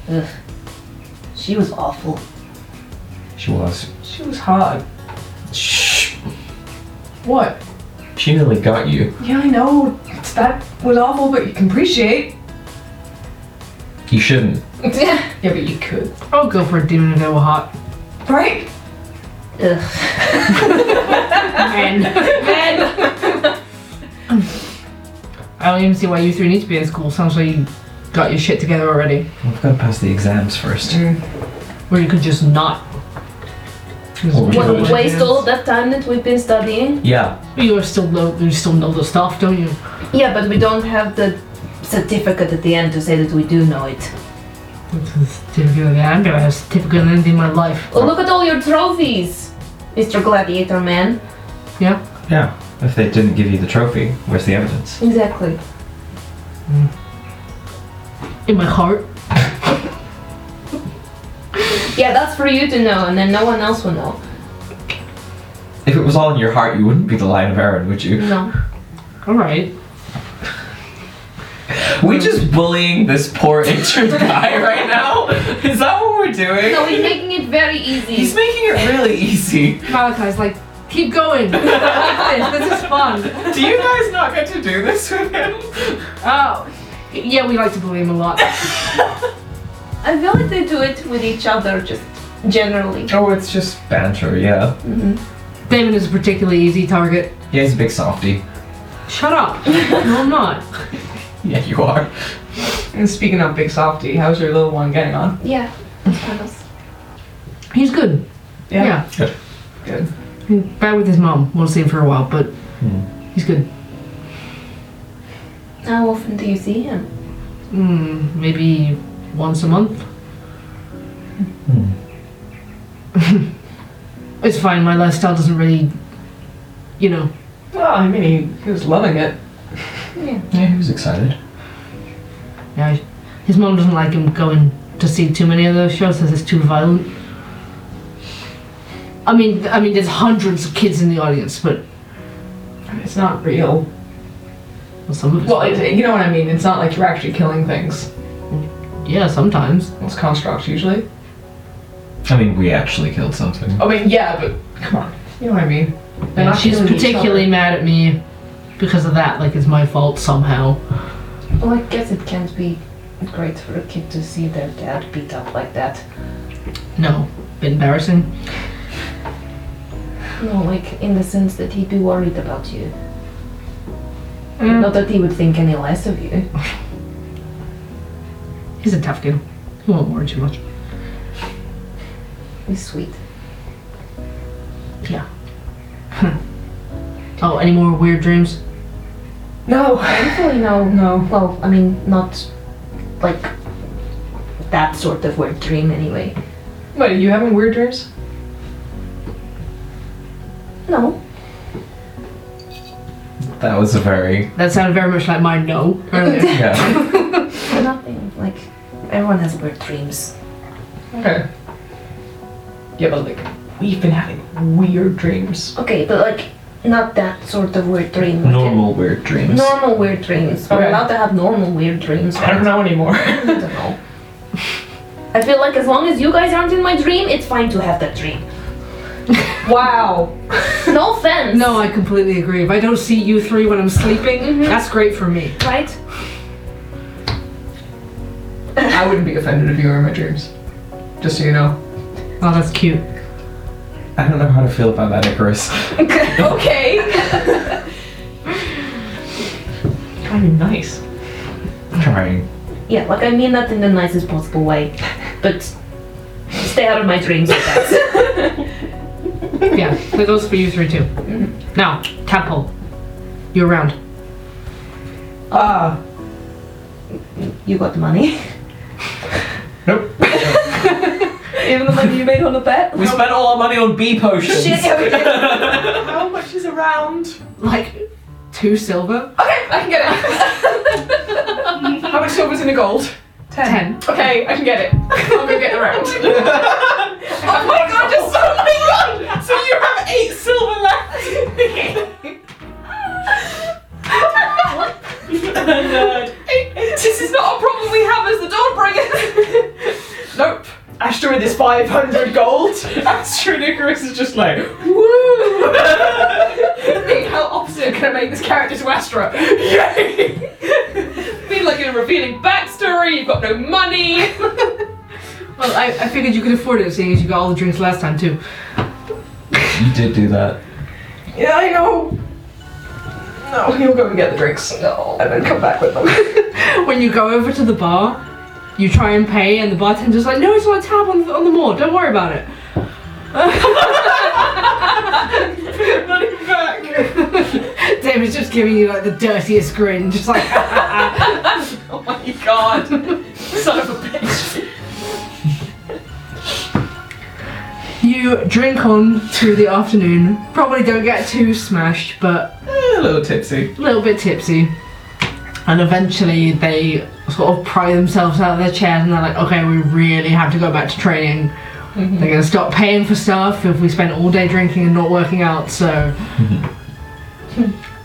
she was awful.
She was.
She was hot.
Shh.
What?
She nearly got you.
Yeah, I know. It's- That was awful, but you can appreciate.
You shouldn't.
yeah, but you could.
I'll go for a demon if they were hot.
Right?
Ugh.
Men. I don't even see why you three need to be in school. Sounds like you got your shit together already.
We've got to pass the exams first.
Or you could just not.
Or
What
Good.
waste all that time that we've been studying?
Yeah.
You are still know you still know the stuff, don't you?
Yeah, but we don't have the certificate at the end to say that we do know it.
Certificate of the I never had a certificate in anything in my life.
Well, Oh, look at all your trophies, Mr. Gladiator Man.
Yeah.
Yeah. If they didn't give you the trophy, where's the evidence?
Exactly.
In my heart.
Yeah, that's for you to know, and then no one else will know.
If it was all in your heart, you wouldn't be the Lion of Aaron, would you?
No.
Alright.
We just bullying this poor intern guy right now? Is that what we're doing?
No, he's making it very
He's
easy.
making it really easy.
Malachi's like, keep going. I like this. This is fun.
Do you guys not get to do this with him?
Oh. Yeah, we like to bully him a lot.
I feel like they do it with each other, just generally.
Oh, it's just banter, yeah.
Damon is a particularly easy target.
Yeah, he's a big softy.
Shut up. No, I'm not.
Yeah, you are.
And speaking of Big Softy, how's your little one getting on?
Yeah.
He's good. Yeah.
Good.
He's Bad with his mom. We'll see him for a while, but he's good.
How often do you see him?
Mm, maybe once a month.
Hmm.
it's fine. My lifestyle doesn't really, you know.
Well, I mean, he, he was loving it.
Yeah, he was excited.
Yeah, his mom doesn't like him going to see too many of those shows. Says it's too violent. I mean, I mean, there's hundreds of kids in the audience, but
It's not real.
well, some of it's
Well, it, you know what I mean. It's not like you're actually killing things.
yeah, sometimes.
It's constructs usually.
I mean, we actually killed something.
I mean, yeah, but come on. You know what I mean? They're
Yeah,
not
she's
killing each
particularly
other.
mad at me because of that. Like, it's my fault somehow.
Well, I guess it can't be great for a kid to see their dad beat up like that.
No, bit embarrassing.
No, like in the sense that he'd be worried about you.
Mm.
Not that he would think any less of you.
He's a tough kid. He won't worry too much.
He's sweet.
Yeah. oh, any more weird dreams?
No.
Thankfully, no.
No.
Well, I mean, not like that sort of weird dream, anyway.
What? Are you having weird dreams?
No.
That was a very
That sounded very much like my no earlier.
yeah.
Nothing. Like, everyone has weird dreams.
Okay. Yeah, but like we've been having weird dreams.
Okay, but like, not that sort of weird dream. like
normal weird
a-
dreams.
Normal weird dreams. We're
Okay.
allowed to have normal weird dreams.
I don't know anymore.
I don't know. I feel like as long as you guys aren't in my dream, it's fine to have that dream.
wow.
No offense.
No, I completely agree. If I don't see you three when I'm sleeping, that's great for me.
Right?
I wouldn't be offended if you were in my dreams. Just so you know.
Oh, that's cute.
I don't know how to feel about that, Icarus.
okay.
Kind of nice.
Trying.
Yeah, like I mean that in the nicest possible way. But stay out of my dreams like that.
Yeah, that goes for you three too. Now, tadpole, you're around.
Ah.
you got money.
Nope.
Even the money you made on the bet.
We spent all our money on bee potions.
Shit, yeah, we did. Okay,
how much is around?
Like two silver,
I can get it.
How much silver's in a gold?
ten.
okay, I can get it.
I'll go get the round.
Oh my god, just so my god! So you have eight silver left! this is not a problem we have as the Dawnbringers!
nope. Astra with his 500 gold.
Astro Icarus is just like,
Woo!
Think
how opposite can I make this character to Astra? Yay!
Be like in a revealing backstory, you've got no money!
Well, I, I figured you could afford it, seeing as you got all the drinks last time too.
You did do that.
Yeah, I know. No, he'll go and get the drinks. No. And then come back with them.
When you go over to the bar, you try and pay, and the bartender's like, "No, it's on a tab on the, on the mall. Don't worry about it."
Running back.
David's just giving you like the dirtiest grin, just like,
Oh my god! Son of a bitch!
You drink on through the afternoon. Probably don't get too smashed, but
eh, a little tipsy.
a little bit tipsy. And eventually they sort of pry themselves out of their chairs and they're like, okay, we really have to go back to training. They're going to stop paying for stuff if we spend all day drinking and not working out, so.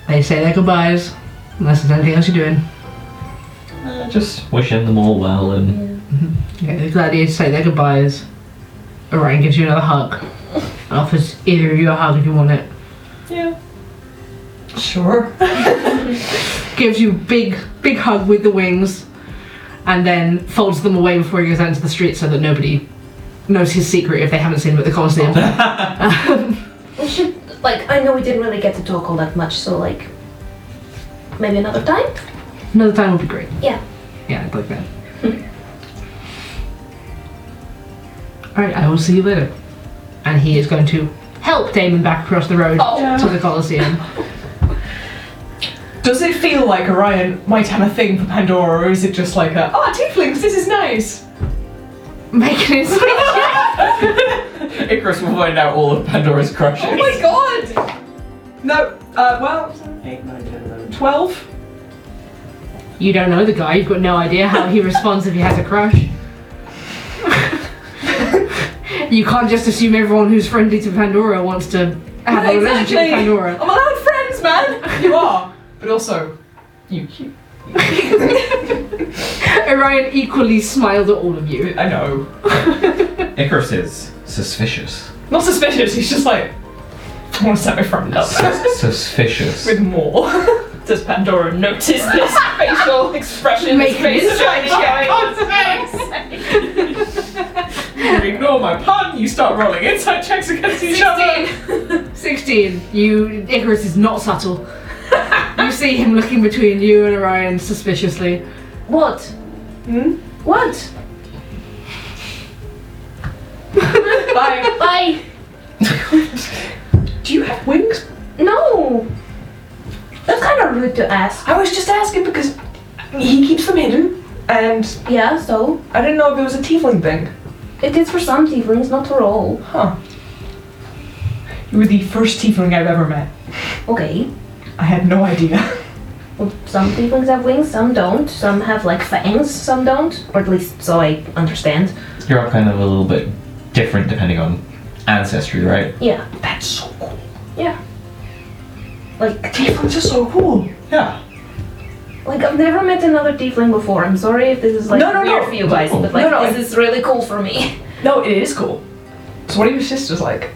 they say their goodbyes, unless there's anything else you're doing.
Uh, just wishing them all well and
Okay, the gladiators say their goodbyes. Orion gives you another hug. And offers either of you a hug if you want it.
Sure.
gives you big big hug with the wings and then folds them away before he goes out into the street so that nobody knows his secret if they haven't seen him at the Coliseum.
We should, like, I know we didn't really get to talk all that much, so like, maybe another time?
Another time would be great.
Yeah.
Yeah, I'd like that. Alright, I will see you later. And he is going to help Damon back across the road to the Coliseum.
Does it feel like Orion might have a thing for Pandora, or is it just like a, ah, tieflings, this is nice?
Make an insight.
Icarus will find out all of Pandora's crushes.
Oh my god!
No, uh, well,
8, 9, 10, 11.
12.
You don't know the guy, you've got no idea how he responds if he has a crush. you can't just assume everyone who's friendly to Pandora wants to have a relationship with
Exactly.
Pandora.
I'm allowed friends, man! You are. But also, you cute.
Orion equally smiled at all of you.
I know.
Icarus is suspicious.
Not suspicious, he's just like, I want to set my friend up.
Sus- suspicious.
With more.
Does Pandora notice this facial expression?
Make
this face
this
of shiny guy?
you ignore my pun, you start rolling inside checks against each other.
16. You Icarus is not subtle. you see him looking between you and Orion suspiciously.
What?
Hmm?
What?
Bye.
Bye!
Do you have wings?
No! That's kind of rude to ask.
I was just asking because he keeps them hidden, and
Yeah, so?
I didn't know if it was a tiefling thing.
It is for some tieflings, not for all.
Huh.
You were the first tiefling I've ever met.
Okay.
I had no idea.
Well, some tieflings have wings, some don't. Some have like fangs, some don't. Or at least so I understand.
You're all kind of a little bit different depending on ancestry, right?
Yeah.
That's so cool.
Like,
Tieflings are so cool.
Yeah.
like I've never met another tiefling before. I'm sorry if this is like
No, no,
weird
no.
for you guys, but like
No, no,
this is really cool for me.
No, it is cool.
So what are your sisters like?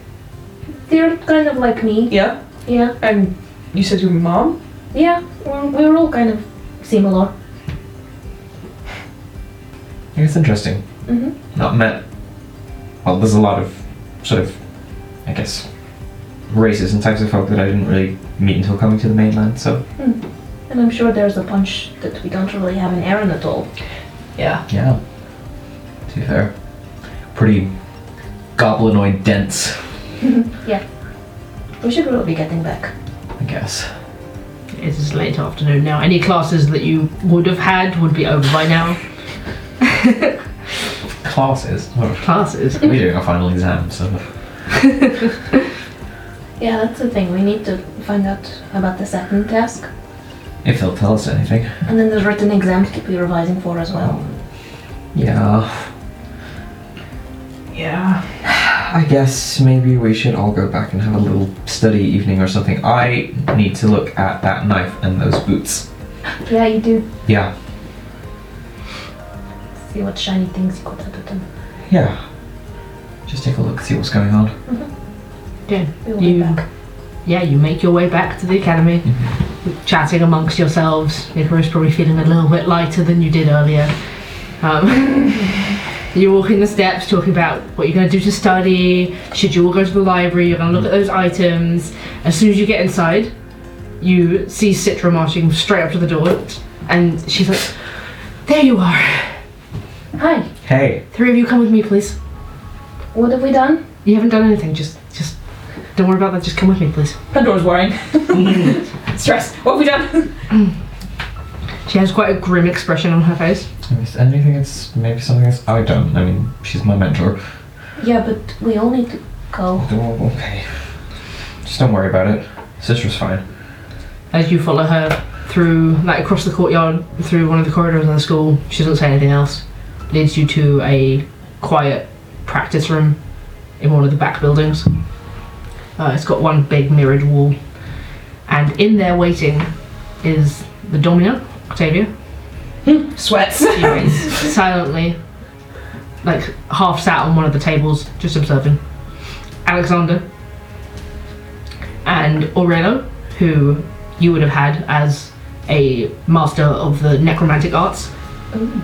They're kind of like me.
Yeah.
Yeah.
And you said your mom?
Yeah. We're, we're all kind of similar.
Yeah, It's interesting.
Mhm.
Not met. Well, there's a lot of sort of, I guess, races and types of folk that I didn't really meet until coming to the mainland. So
And I'm sure there's a bunch that we don't really have an Aaron at all.
Yeah.
yeah. To be fair, pretty goblinoid dense,
We should really be getting back.
I guess.
It is late afternoon now. Any classes that you would have had would be over by now.
Classes. Oh,
Classes.
We're doing our final exam, so
Yeah, that's the thing. We need to find out about the second task.
if they'll tell us anything.
And then the written exams to be revising for as well.
Yeah.
Yeah.
I guess maybe we should all go back and have a little study evening or something. I need to look at that knife and those boots.
Yeah, you do
Yeah.
see what shiny things you got out of them.
Yeah. Just take a look, see what's going on.
We'll be
You-
back.
Yeah, you make your way back to the academy, chatting amongst yourselves. Icarus probably feeling a little bit lighter than you did earlier. Um, you're walking the steps, talking about what you're going to do to study. Should you all go to the library? You're going to look at those items. As soon as you get inside, you see Citra marching straight up to the door, and she's like, "There you are.
Hi,
Hey,
Three of you come with me, please."
what have we done?
You haven't done anything. Just, just don't worry about that. Just come with me, please.
Pandora's worrying. Stress. What have we done?
She has quite a grim expression on her face.
Is there anything that's maybe something that's I don't. I mean, she's my mentor.
Yeah, but we all need to go.
Oh, Okay. Just don't worry about it. Sister's fine.
As you follow her through, like across the courtyard, through one of the corridors of the school, she doesn't say anything else. Leads you to a quiet practice room in one of the back buildings. Uh, it's got one big mirrored wall, and in there waiting is the domina, Octavia.
Sweats.
She waits silently, like half sat on one of the tables, just observing. Alexander and Aurelio, who you would have had as a master of the necromantic arts.
Um,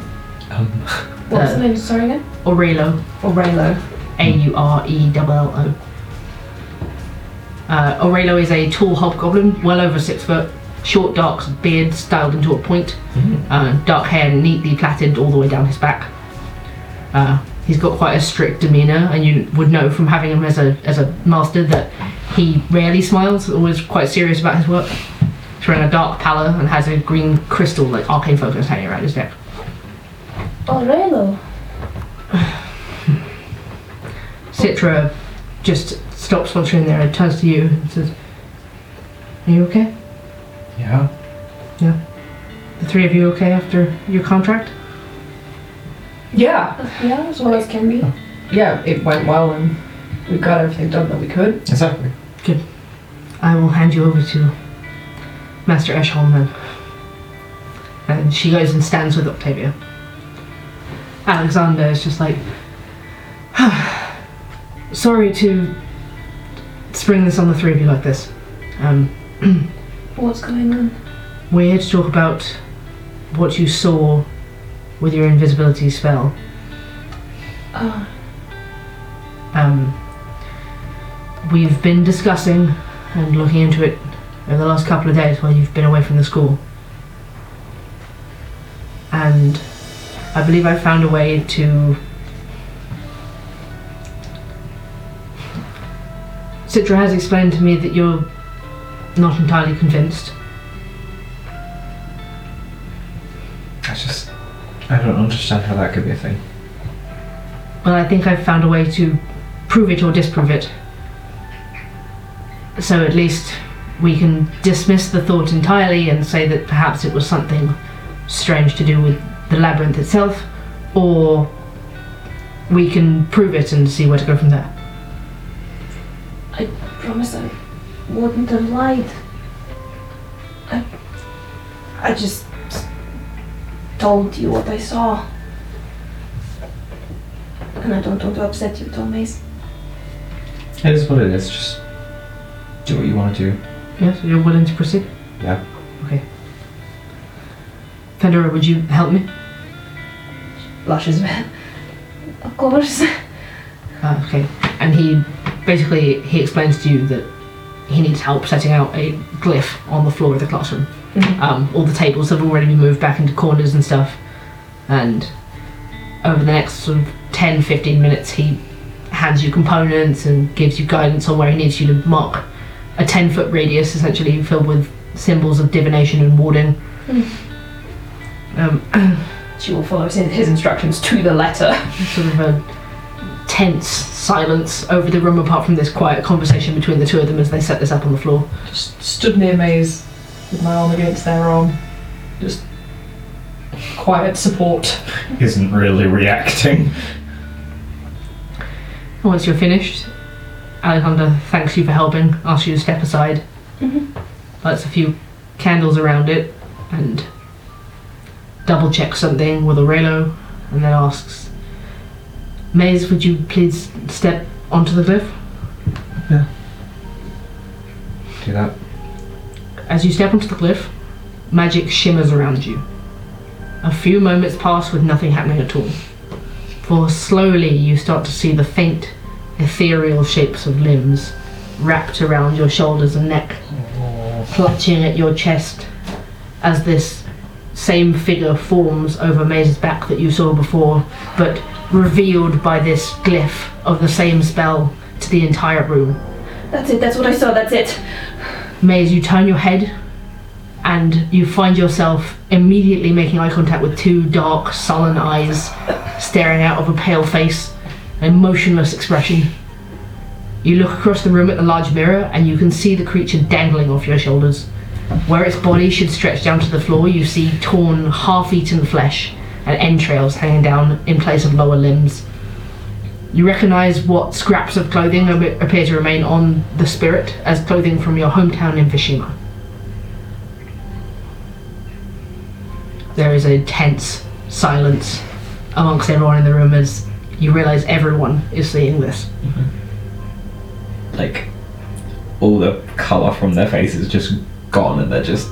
What's
Uh,
the name? Sorry again?
Aurelio,
Orelo.
A U R E L L O. Uh, Aurelio is a tall hobgoblin, well over six foot, short, dark beard styled into a point, uh, dark hair neatly plaited all the way down his back. Uh, he's got quite a strict demeanour, and you would know from having him as a as a master that he rarely smiles, always quite serious about his work. He's wearing a dark pallor and has a green crystal, like arcane focus, hanging around his neck.
Oh, Orelo.
Citra just stops watching there and turns to you and says, Are you okay?
yeah.
The three of you okay after your contract?
Yeah.
Yeah, as well as can be.
Yeah, it went well and we got everything done that we could.
Exactly.
I will hand you over to Master Eshholm then. And she goes and stands with Octavia. Alexander is just like, Sorry to spring this on the three of you like this. Um,
What's going on?
We're here to talk about what you saw with your invisibility spell.
Uh,
Um, we've been discussing and looking into it over the last couple of days while you've been away from the school. And I believe I found a way to. Citra has explained to me that you're not entirely convinced.
I just I don't understand how that could be a thing.
Well, I think I've found a way to prove it or disprove it. So at least we can dismiss the thought entirely and say that perhaps it was something strange to do with the labyrinth itself, or we can prove it and see where to go from there.
promise I wouldn't have lied. I, I just told you what I saw. And I don't want to upset you, Thomas.
It is what it is. Just do what you want to do.
Yes, you're willing to proceed?
Yeah.
Okay. Fedora, would you help me?
Lashes.
Of course.
Uh, okay. And he basically he explains to you that he needs help setting out a glyph on the floor of the classroom. Um, all the tables have already been moved back into corners and stuff. And over the next sort of 10, 15 minutes, he hands you components and gives you guidance on where he needs you to mark a 10 foot radius, essentially filled with symbols of divination and warding. Um,
She will follow his, his instructions to the letter.
sort of a tense silence over the room apart from this quiet conversation between the two of them as they set this up on the floor.
Just stood near Maze with my arm against their arm. Just quiet support.
Isn't really reacting.
And once you're finished, Alexander thanks you for helping, asks you to step aside, lights a few candles around it, and double checks something with Aurelo, and then asks, Maze, would you please step onto the cliff?
Do that.
As you step onto the cliff, magic shimmers around you. A few moments pass with nothing happening at all. For slowly you start to see the faint, ethereal shapes of limbs wrapped around your shoulders and neck, clutching at your chest as this same figure forms over Maze's back that you saw before, but revealed by this glyph of the same spell to the entire room.
That's it, that's what I saw, that's it.
Maze, you turn your head and you find yourself immediately making eye contact with two dark, sullen eyes staring out of a pale face, an emotionless expression. You look across the room at the large mirror and you can see the creature dangling off your shoulders. Where its body should stretch down to the floor, you see torn, half eaten flesh and entrails hanging down in place of lower limbs. You recognise what scraps of clothing ap- appear to remain on the spirit as clothing from your hometown in Fushima. There is a tense silence amongst everyone in the room as you realise everyone is seeing this.
Like, all the colour from their face is just gone and they're just,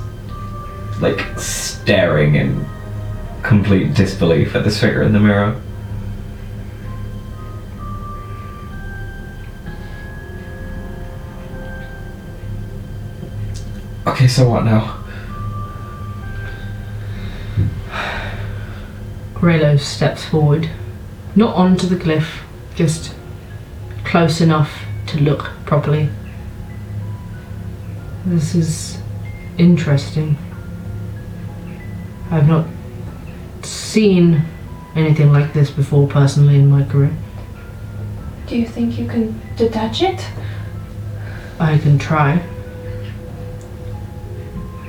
like, staring in complete disbelief at this figure in the mirror. Okay, so what now?
Grello steps forward, not onto the cliff, just close enough to look properly. This is interesting. I've not seen anything like this before personally in my career.
Do you think you can detach it?
I can try.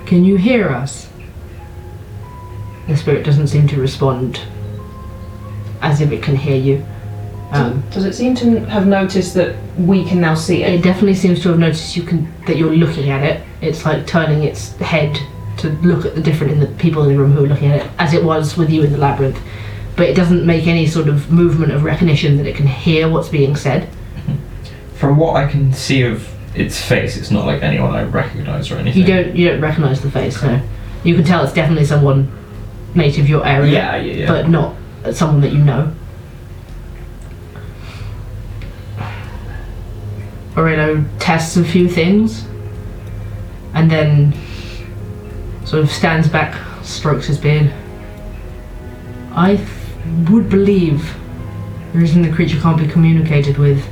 Can you hear us? The spirit doesn't seem to respond as if it can hear you. Um,
Does it seem to have noticed that we can now see it?
It definitely seems to have noticed you can that you're looking at it. It's like turning its head to look at the different in the people in the room who are looking at it, as it was with you in the labyrinth. But it doesn't make any sort of movement of recognition that it can hear what's being said.
From what I can see of its face, it's not like anyone I recognise or anything.
You don't you don't recognise the face, no. You can tell it's definitely someone native your area,
Yeah, yeah, yeah.
but not someone that you know. Aurelio tests a few things and then sort of stands back, strokes his beard. I th- would believe the reason the creature can't be communicated with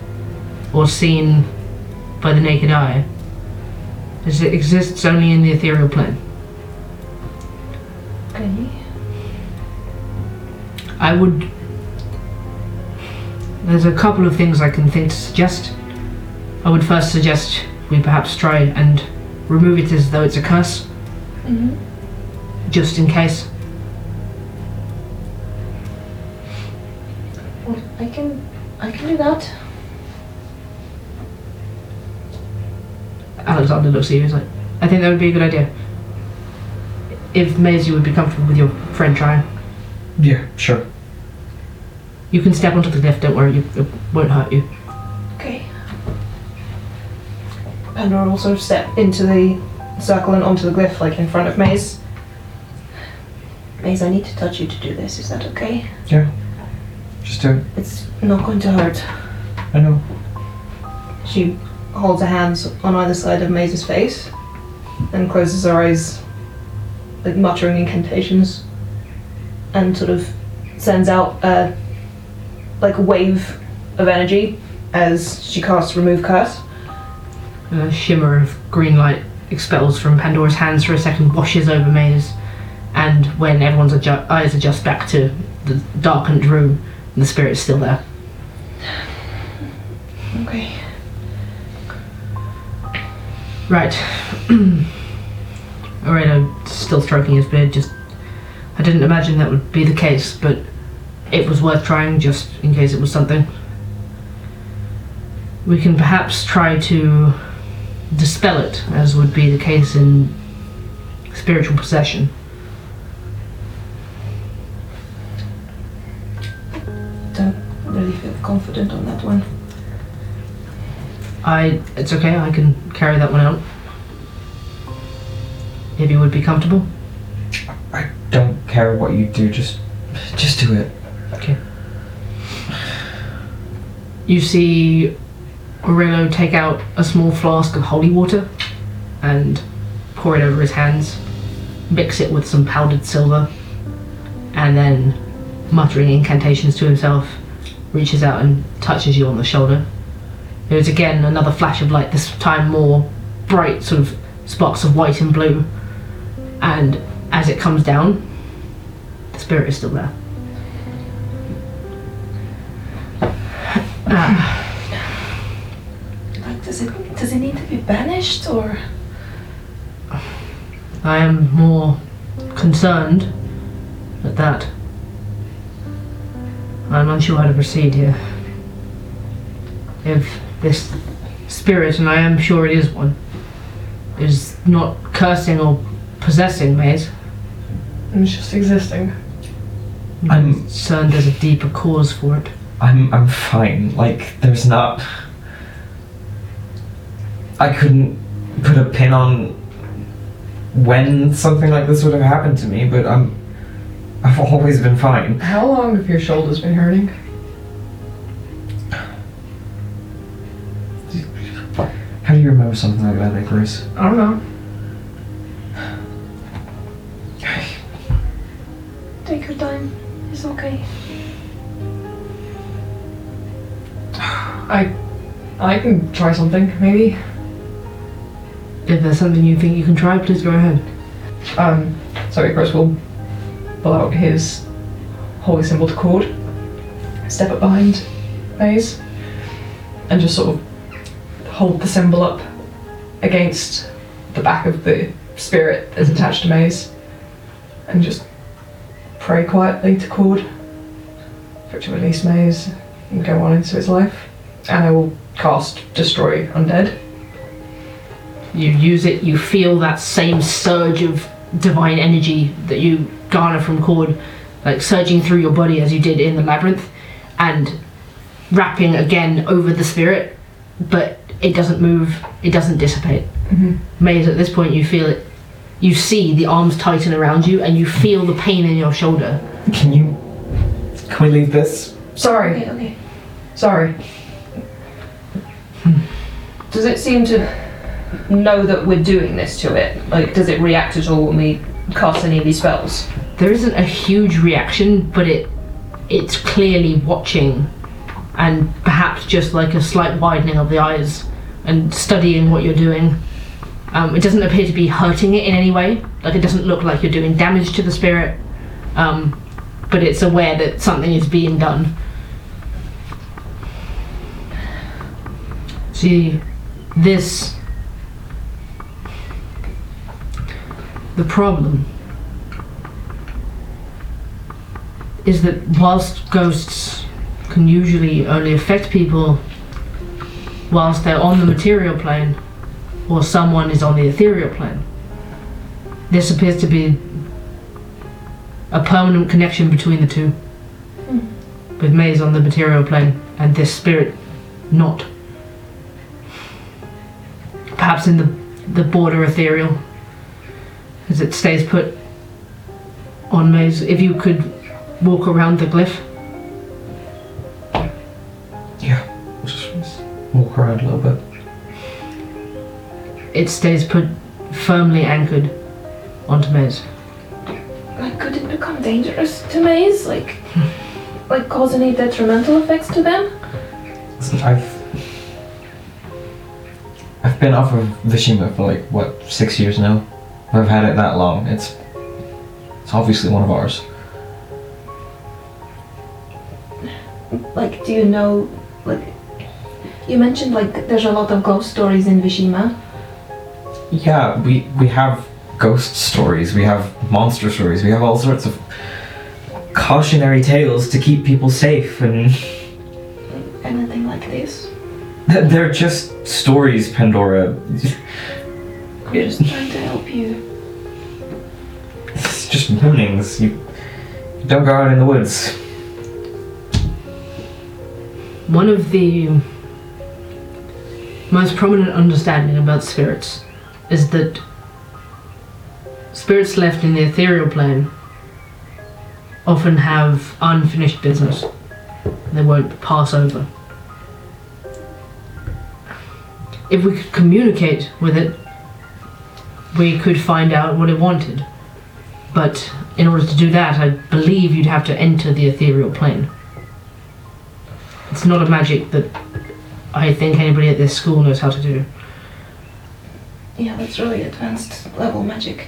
or seen by the naked eye is it exists only in the ethereal plane.
Okay.
I would. There's a couple of things I can think to suggest. I would first suggest we perhaps try and remove it as though it's a curse,
Mhm.
just in case.
Well, I can, I can do that.
Alexander looks at you. He's like, I think that would be a good idea. If Maisie would be comfortable with your friend trying,
Yeah, sure.
you can step onto the cliff. Don't worry, you, it won't hurt you.
Okay.
And I'll also step into the circle and onto the glyph, like in front of Maze.
Maze, I need to touch you to do this. Is that okay?
Just do it.
It's not going to hurt.
I know.
She holds her hands on either side of Maze's face and closes her eyes, like muttering incantations, and sort of sends out a like wave of energy as she casts Remove Curse.
A shimmer of green light expels from Pandora's hands for a second, washes over Maze, and when everyone's adju- eyes adjust back to the darkened room, the spirit's still there.
Okay.
Right. Aurelio still stroking his beard, just. I didn't imagine that would be the case, but it was worth trying just in case it was something. We can perhaps try to dispel it, as would be the case in spiritual possession.
Really feel confident on that one.
I it's okay, I can carry that one out. If you would be comfortable.
I don't care what you do. Just, just do it.
You see Aurelio take out a small flask of holy water and pour it over his hands, mix it with some powdered silver, and then muttering incantations to himself, reaches out and touches you on the shoulder. There is again another flash of light, this time more bright sort of sparks of white and blue. And as it comes down, the spirit is still there.
Like, does it does it need to be banished or?
I am more concerned at that. I'm unsure how to proceed here. If this spirit, and I am sure it is one, is not cursing or possessing Maze,
And it's just existing.
I'm
I'm-
concerned there's a deeper cause for it.
I'm I'm fine. Like there's not.
I couldn't put a pin on when something like this would have happened to me, but I'm. I've always been fine.
How long have your shoulders been hurting?
How do you remember something like that, Icarus?
I don't know.
Take your time. It's okay.
I, I can try something maybe.
If there's something you think you can try, please go ahead.
Um, so Icarus will pull out his holy symbol to cord, step up behind Maze, and just sort of hold the symbol up against the back of the spirit that's attached to Maze, and just pray quietly to cord for it to release Maze and go on into his life. And I will cast Destroy Undead.
You use it, you feel that same surge of divine energy that you garner from Cord, like surging through your body as you did in the labyrinth, and wrapping again over the spirit, but it doesn't move, it doesn't dissipate.
Mhm.
Maze, at this point, you feel it, you see the arms tighten around you, and you feel the pain in your shoulder.
Can you. Can we leave this?
Sorry,
Okay, okay.
sorry.
Does it seem to know that we're doing this to it? Like, does it react at all when we cast any of these spells?
there isn't a huge reaction, but it it's clearly watching, and perhaps just like a slight widening of the eyes and studying what you're doing. Um, it doesn't appear to be hurting it in any way. Like it doesn't look like you're doing damage to the spirit, um, but it's aware that something is being done. See, this The problem is that whilst ghosts can usually only affect people whilst they're on the material plane or someone is on the ethereal plane, this appears to be a permanent connection between the two. With Maze on the material plane and this spirit not. Perhaps in the, the border ethereal as it stays put on Maze. If you could walk around the glyph.
We'll just walk around a little bit.
it stays put firmly anchored onto Maze.
Like, could it become dangerous to maze? Like, like cause any detrimental effects to them?
Listen, I've I've been off of Vishima for like what six years now. I've had it that long. It's it's obviously one of ours.
Like, do you know? Like, you mentioned like there's a lot of ghost stories in Vishima.
Yeah, we we have ghost stories, we have monster stories, we have all sorts of cautionary tales to keep people safe, and
Anything like this?
they're just stories, Pandora.
I'm just trying to help you.
It's just warnings. You don't go out in the woods.
One of the most prominent understanding about spirits is that spirits left in the ethereal plane often have unfinished business. They won't pass over. If we could communicate with it, we could find out what it wanted. But in order to do that, I believe you'd have to enter the ethereal plane. It's not a magic that I think anybody at this school knows how to do.
Yeah, that's really advanced level magic.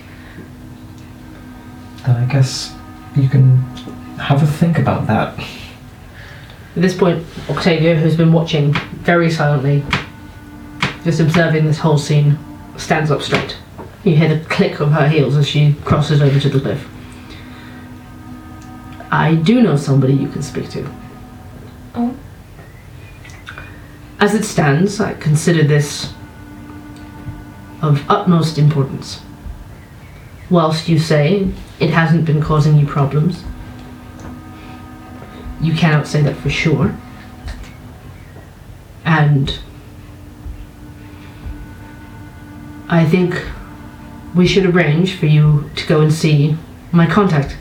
Then I guess you can have a think about that.
At this point, Octavia, who's been watching very silently, just observing this whole scene, stands up straight. You hear the click of her heels as she crosses over to the cliff. I do know somebody you can speak to.
Oh.
As it stands, I consider this of utmost importance. Whilst you say it hasn't been causing you problems, you cannot say that for sure. And I think we should arrange for you to go and see my contact.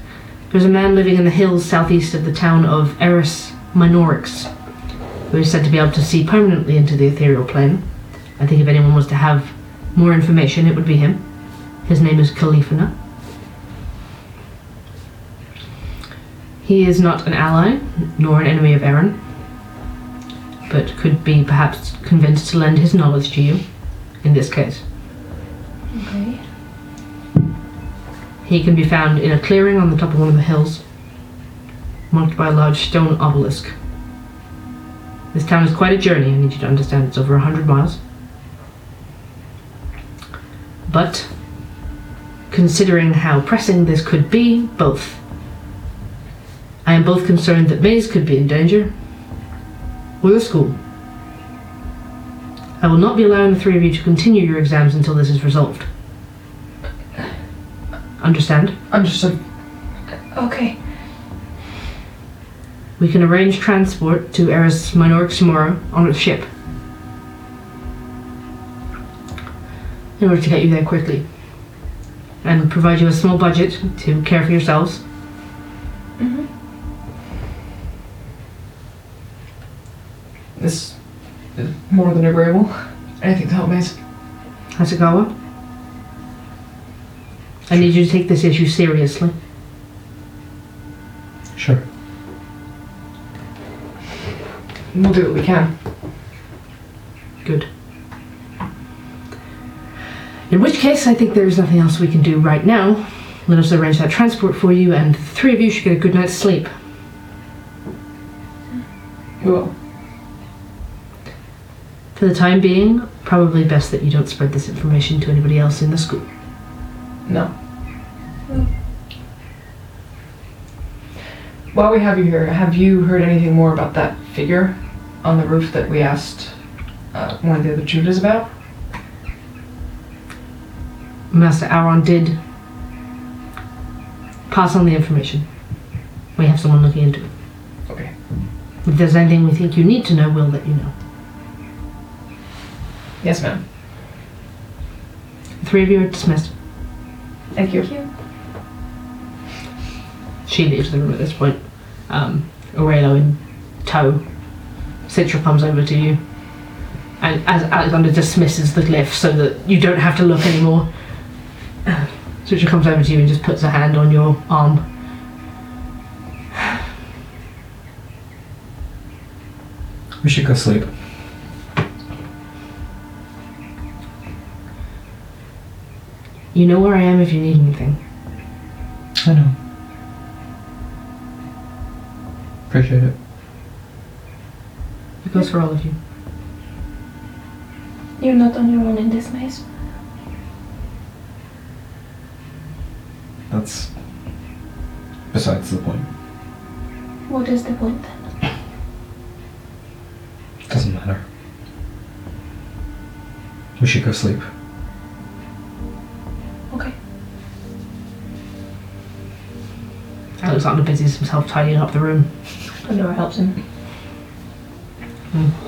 There's a man living in the hills southeast of the town of Eris Minorix, who is said to be able to see permanently into the ethereal plane. I think if anyone was to have more information, it would be him. His name is Califana. He is not an ally nor an enemy of Eren, but could be perhaps convinced to lend his knowledge to you in this case.
Okay.
He can be found in a clearing on the top of one of the hills, marked by a large stone obelisk. This town is quite a journey, I need you to understand. It's over 100 miles. But, considering how pressing this could be, both. I am both concerned that Maze could be in danger, or the school. I will not be allowing the three of you to continue your exams until this is resolved. Understand?
Understood.
Okay.
We can arrange transport to Eris Minorix tomorrow on a ship. In order to get you there quickly. And provide you a small budget to care for yourselves.
This is more than agreeable. Anything to help me.
Hasegawa? I need you to take this issue seriously.
Sure.
We'll do what we can.
Good. In which case, I think there is nothing else we can do right now. Let us arrange that transport for you, and the three of you should get a good night's sleep.
We will.
For the time being, probably best that you don't spread this information to anybody else in the school.
No. While we have you here, have you heard anything more about that figure on the roof that we asked uh, one of the other tutors about?
Master Aaron did pass on the information. We have someone looking into it.
Okay.
If there's anything we think you need to know, we'll let you know.
Yes, ma'am.
The three of you are dismissed.
Thank you.
She leaves the room at this point. Um, Aurelo in tow. Citra comes over to you. And as Alexander dismisses the glyph so that you don't have to look anymore, Citra comes over to you and just puts a hand on your arm.
We should go sleep.
You know where I am if you need anything.
I know. Appreciate it.
It goes for all of you.
You're not on your own in this maze.
That's besides the point.
What is the point then?
Doesn't matter. We should go sleep.
Okay.
Alexander busies himself tidying up the room.
Pandora helps him.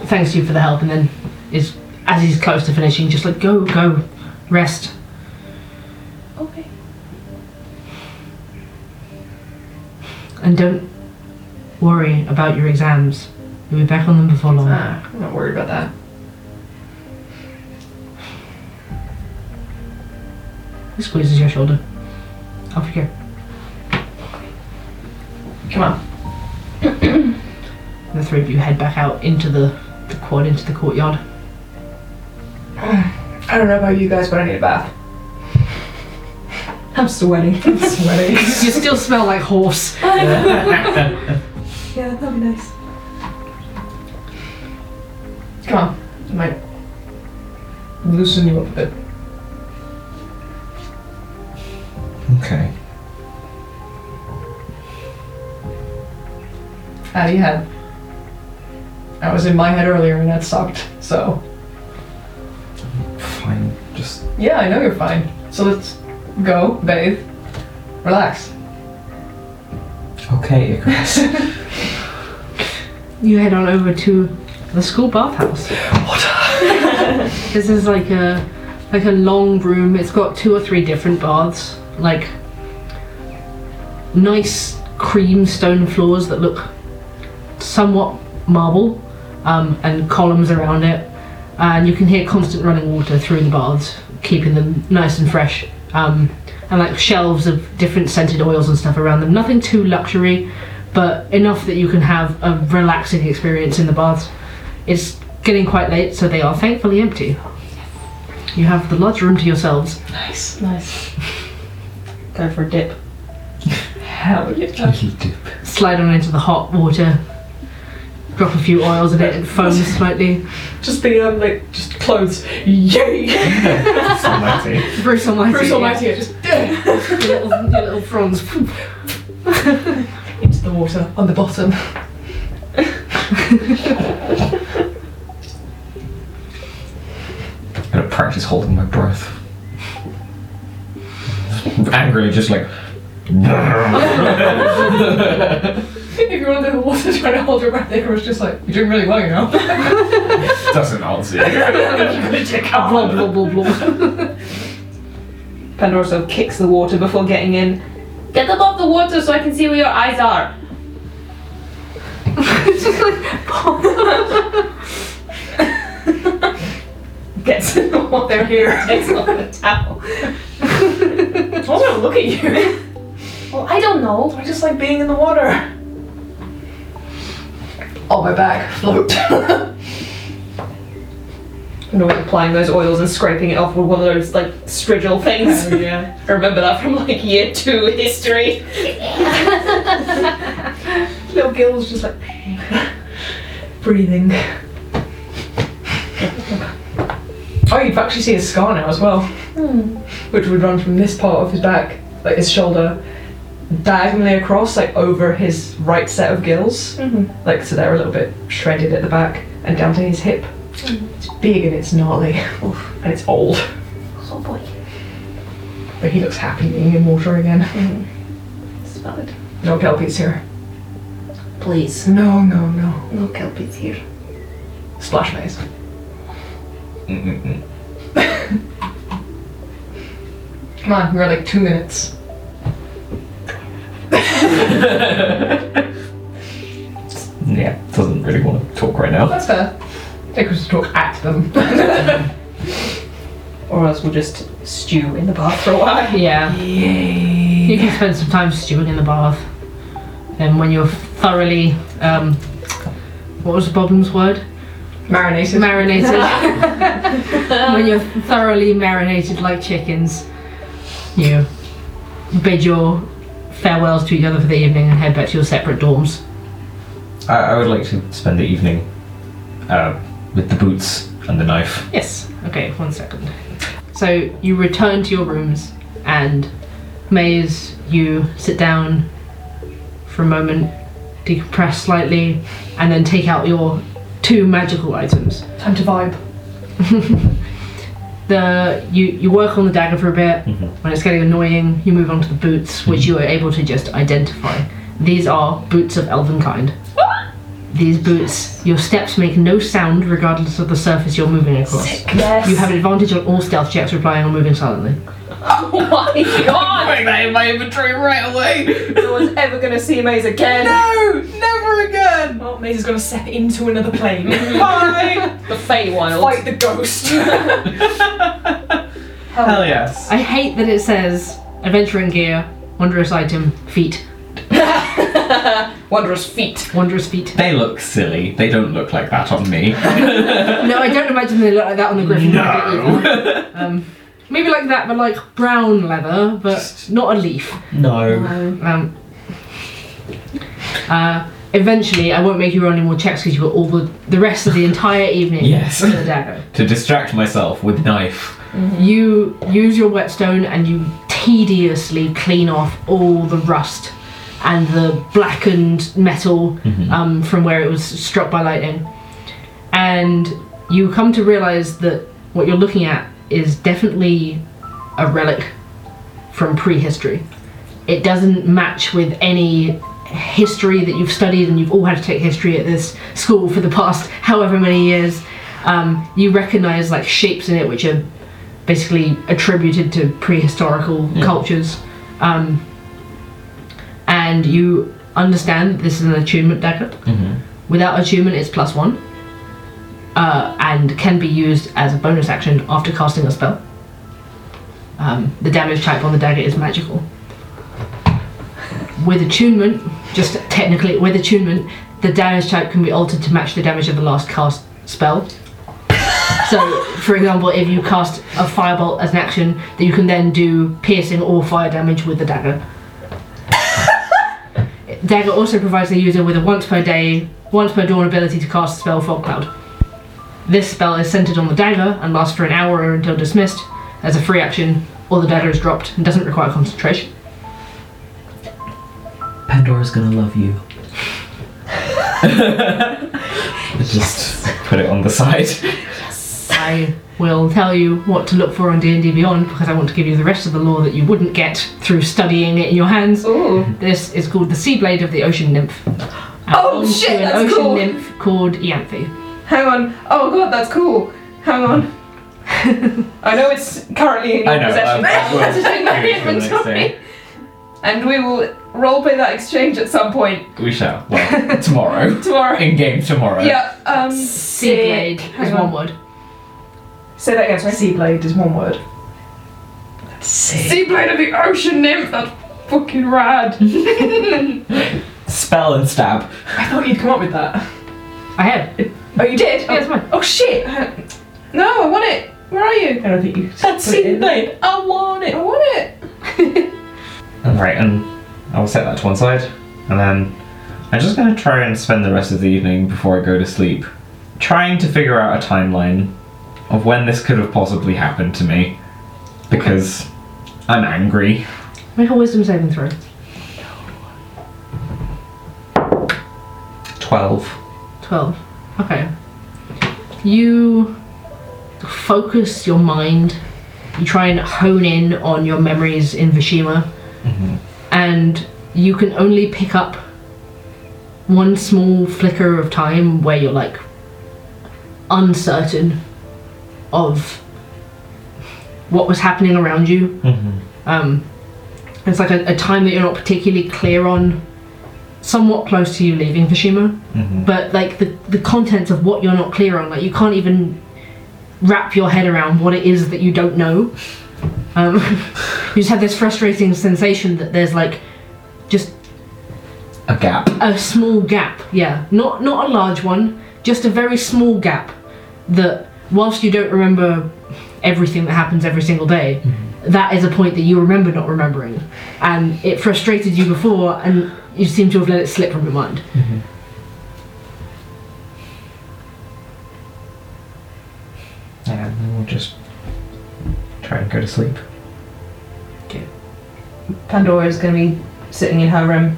Thanks you for the help, and then is as he's close to finishing, just like go, go, rest.
Okay.
And don't worry about your exams. You'll be back on them before long.
Ah, I'm not worried about that.
He squeezes your shoulder. Off you go.
Come on.
The three of you head back out into the, the quad, into the courtyard.
I don't know about you guys, but I need a bath.
I'm sweating.
Sweating.
you still smell like horse.
yeah, that'd be nice.
Come on. I might loosen you up a bit.
Okay.
Out of your head. I was in my head earlier and that sucked, so.
Fine. Just
Yeah, I know you're fine. So let's go, bathe, relax.
okay, Icarus.
You head on over to the school bathhouse. this is like a like a long room. It's got two or three different baths. Like nice cream stone floors that look somewhat marble, um, and columns around it. And you can hear constant running water through the baths, keeping them nice and fresh. Um, and like shelves of different scented oils and stuff around them. Nothing too luxury, but enough that you can have a relaxing experience in the baths. It's getting quite late, so they are thankfully empty. You have the lodge room to yourselves.
Nice.
Nice. Go for a dip.
Hell yeah.
Slide on into the hot water, drop a few oils in it, it foams slightly.
Just the um, like just clothes. Yay!
Bruce Almighty.
Bruce Almighty, I just
Your little, your little fronds.
into the water on the bottom.
Gotta practice holding my breath. Angrily, just like.
if you're under the water trying to hold your breath, it was just like you're doing really well, you know.
Doesn't answer.
blah, blah, blah, blah.
Pandora sort of kicks the water before getting in. Get above the water so I can see where your eyes are. Gets in the water here, takes off the towel.
I was gonna look at you.
Well, I don't know.
I just like being in the water. On my back, float.
Pandora applying those oils and scraping it off with one of those like strigil things.
yeah.
I remember that from like year two history.
Little gills just like breathing. Oh, you've actually seen his scar now as well,
Hmm.
Hmm. which would run from this part of his back
like his shoulder diagonally across, like over his right set of gills.
Mhm.
Mm-hmm.
Like so they're a little bit shredded at the back and down to his hip.
Hmm.
It's big and it's gnarly. and it's old.
Oh boy.
But he looks happy being in water again.
Mm-hmm.
Smell it.
No kelpies here.
Please.
No, no, no.
No kelpies here.
Splash maze.
Mm-mm-mm.
Come on, we're at like two minutes.
Yeah, doesn't really want to talk right now.
That's fair. Take us to talk at them.
Or else we'll just stew in the bath for a while.
Yeah. You can spend some time stewing in the bath. And when you're thoroughly, um, what was Bobham's word?
Marinated.
Marinated. when you're thoroughly marinated like chickens, you bid your farewells to each other for the evening and head back to your separate dorms.
I, I would like to spend the evening uh, with the boots and the knife.
Yes. Okay, one second. So you return to your rooms and Maze, you sit down for a moment, decompress slightly, and then take out your two magical items.
Time to vibe.
the you you work on the dagger for a bit.
Mm-hmm.
When it's getting annoying, you move on to the boots, which you are able to just identify. These are boots of elven kind. These boots, your steps make no sound regardless of the surface you're moving across.
Yes.
You have an advantage on all stealth checks replying or moving silently.
Oh my god!
Putting that in my inventory right away!
No one's ever gonna see Maze again.
No! Never again!
Oh, Maze is gonna step into another plane.
Bye!
the Feywild.
Fight the ghost!
Hell yes.
I hate that it says adventuring gear, wondrous item, feet,
Wondrous feet.
wondrous feet.
They look silly. They don't look like that on me.
No, I don't imagine they look like that on the Griffin.
no.
Um, maybe like that, but like brown leather, but
Just-
not a leaf.
no.
No.
Um, uh, eventually, I won't make you roll any more checks because you've got all the, the rest of the entire evening
Yes.
for the dagger.
To distract myself with knife.
You use your whetstone and you tediously clean off all the rust and the blackened metal um, from where it was struck by lightning. And you come to realize that what you're looking at is definitely a relic from prehistory. It doesn't match with any history that you've studied, and you've all had to take history at this school for the past however many years. Um, you recognize like shapes in it which are basically attributed to prehistorical cultures. Um, and you understand that this is an attunement dagger. Without attunement, it's plus one. Uh, and can be used as a bonus action after casting a spell. Um, the damage type on the dagger is magical. With attunement, just technically, with attunement, the damage type can be altered to match the damage of the last cast spell. So, for example, if you cast a firebolt as an action, that you can then do piercing or fire damage with the dagger. dagger also provides the user with a once per day, once per dawn ability to cast a spell fog cloud. This spell is centered on the dagger and lasts for an hour or until dismissed as a free action, or the dagger is dropped and doesn't require concentration.
Pandora's gonna love you.
Just put it on the side.
I will tell you what to look for on D&D Beyond because I want to give you the rest of the lore that you wouldn't get through studying it in your hands.
Ooh.
This is called the Sea Blade of the Ocean Nymph. And
Oh,
belongs to An
shit, that's
ocean
cool.
nymph called Ianthe.
Hang on. Oh god, that's cool. Hang on. I know it's currently in your
I know, um,
possession.
I've- I've
but
worked
it's in my
through it for the next
inventory.
day.
And we will roleplay that exchange at some point
We shall. Well, tomorrow.
tomorrow.
In game tomorrow.
yeah, um.
Sea Blade is
Hang
one
on.
word.
Say that again, sorry.
Sea blade is one word. Sea.
Sea Blade of the Ocean Nymph. That's fucking rad.
Spell and stab.
I thought you'd come up with that.
I have.
Oh, you did?
Yeah, it's mine.
Oh shit! No, I want it. Where are you?
I don't think you.
That's
put it in.
blade. I want it. I want it.
Alright, and I'll set that to one side. And then I'm just gonna try and spend the rest of the evening before I go to sleep trying to figure out a timeline of when this could have possibly happened to me. Because I'm angry.
Make a wisdom saving throw.
12.
12. Okay. You focus your mind, you try and hone in on your memories in Vishima, and you can only pick up one small flicker of time where you're like uncertain of what was happening around you. Um, it's like a, a time that you're not particularly clear on, somewhat close to you leaving Fushima but like the the contents of what you're not clear on like you can't even wrap your head around what it is that you don't know um, you just have this frustrating sensation that there's like just
A gap.
a small gap yeah not not a large one just a very small gap that whilst you don't remember everything that happens every single day that is a point that you remember not remembering and it frustrated you before and you seem to have let it slip from your mind
Mm-hmm. And then we'll just try and go to sleep.
Pandora is going to be sitting in her room,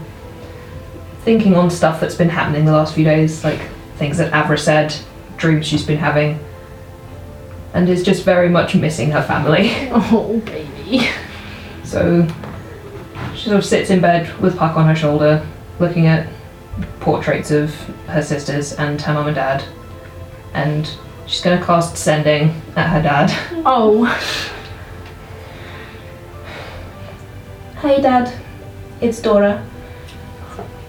thinking on stuff that's been happening the last few days, like things that Avra said, dreams she's been having, and is just very much missing her family.
oh baby
So she sort of sits in bed with Puck on her shoulder, looking at portraits of her sisters and her mum and dad, and she's going to cast sending at her dad.
Oh,
Hi, Dad. It's Dora.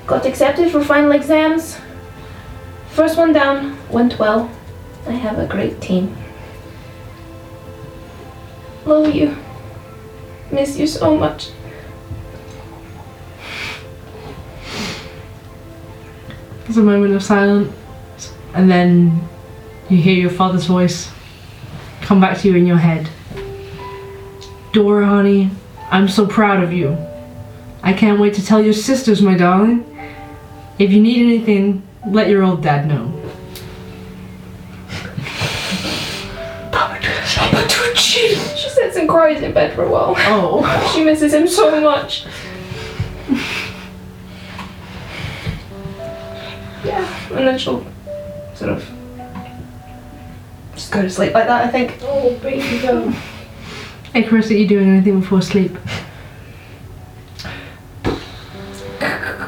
Got accepted for final exams. First one down went well. I have a great team. Love you. Miss you so much.
there's a moment of silence, and then you hear your father's voice come back to you in your head. Dora, honey, I'm so proud of you. I can't wait to tell your sisters, my darling. If you need anything, let your old dad know.
She sits and cries in bed for a while.
Oh,
She misses him so much. yeah, and then she'll
Sort of just go to sleep like that, I think.
oh baby go.
hey Chris, are you doing anything before sleep?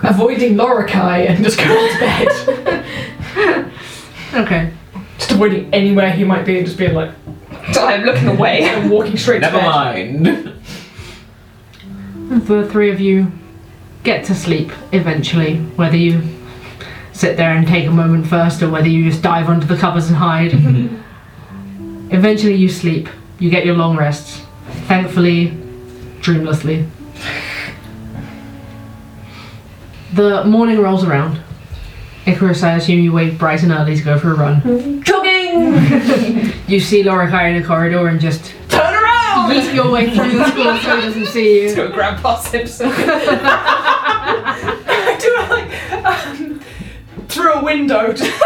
Avoiding Lorikai and just going to bed.
Okay.
just avoiding anywhere he might be and just being like,
I'm looking away.
and walking straight to bed.
mind.
The three of you get to sleep eventually, whether you sit there and take a moment first or whether you just dive under the covers and hide. eventually, you sleep, you get your long rests, thankfully, dreamlessly. The morning rolls around. Icarus, I assume you wake bright and early to go for a run. Jogging! you see Laura Kai in the corridor and just
Turn around!
leap your way through the school so he doesn't see you.
to a Grandpa Simpson.
do it like um, through a window. Just,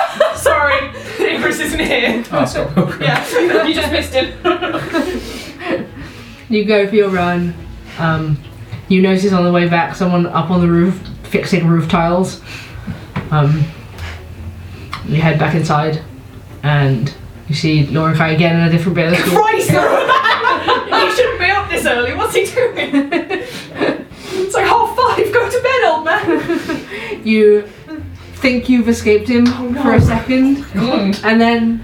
sorry, Chris isn't here.
Oh, so
Yeah, you just missed him.
You go for your run. Um, you notice on the way back someone up on the roof fixing roof tiles. Um, you head back inside and you see Laura Kai again in a different bit of the school.
Christ! he shouldn't be up this early. What's he doing? It's like half five. Go to bed, old man.
You think you've escaped him for a second and then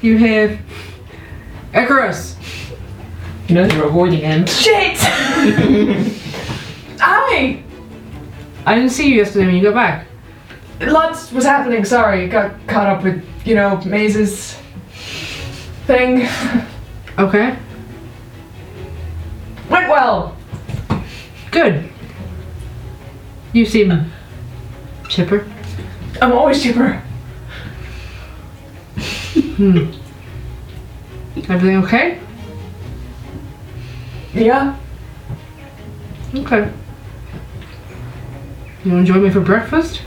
you hear Icarus!
You know you're avoiding him.
Shit. Aye.
I didn't see you yesterday when you got back.
Lots was happening. Sorry, got caught up with you know Maze's thing.
Okay,
Went well.
good. You seem chipper.
I'm always cheaper.
Everything okay?
Yeah.
Okay. You want to join me for breakfast?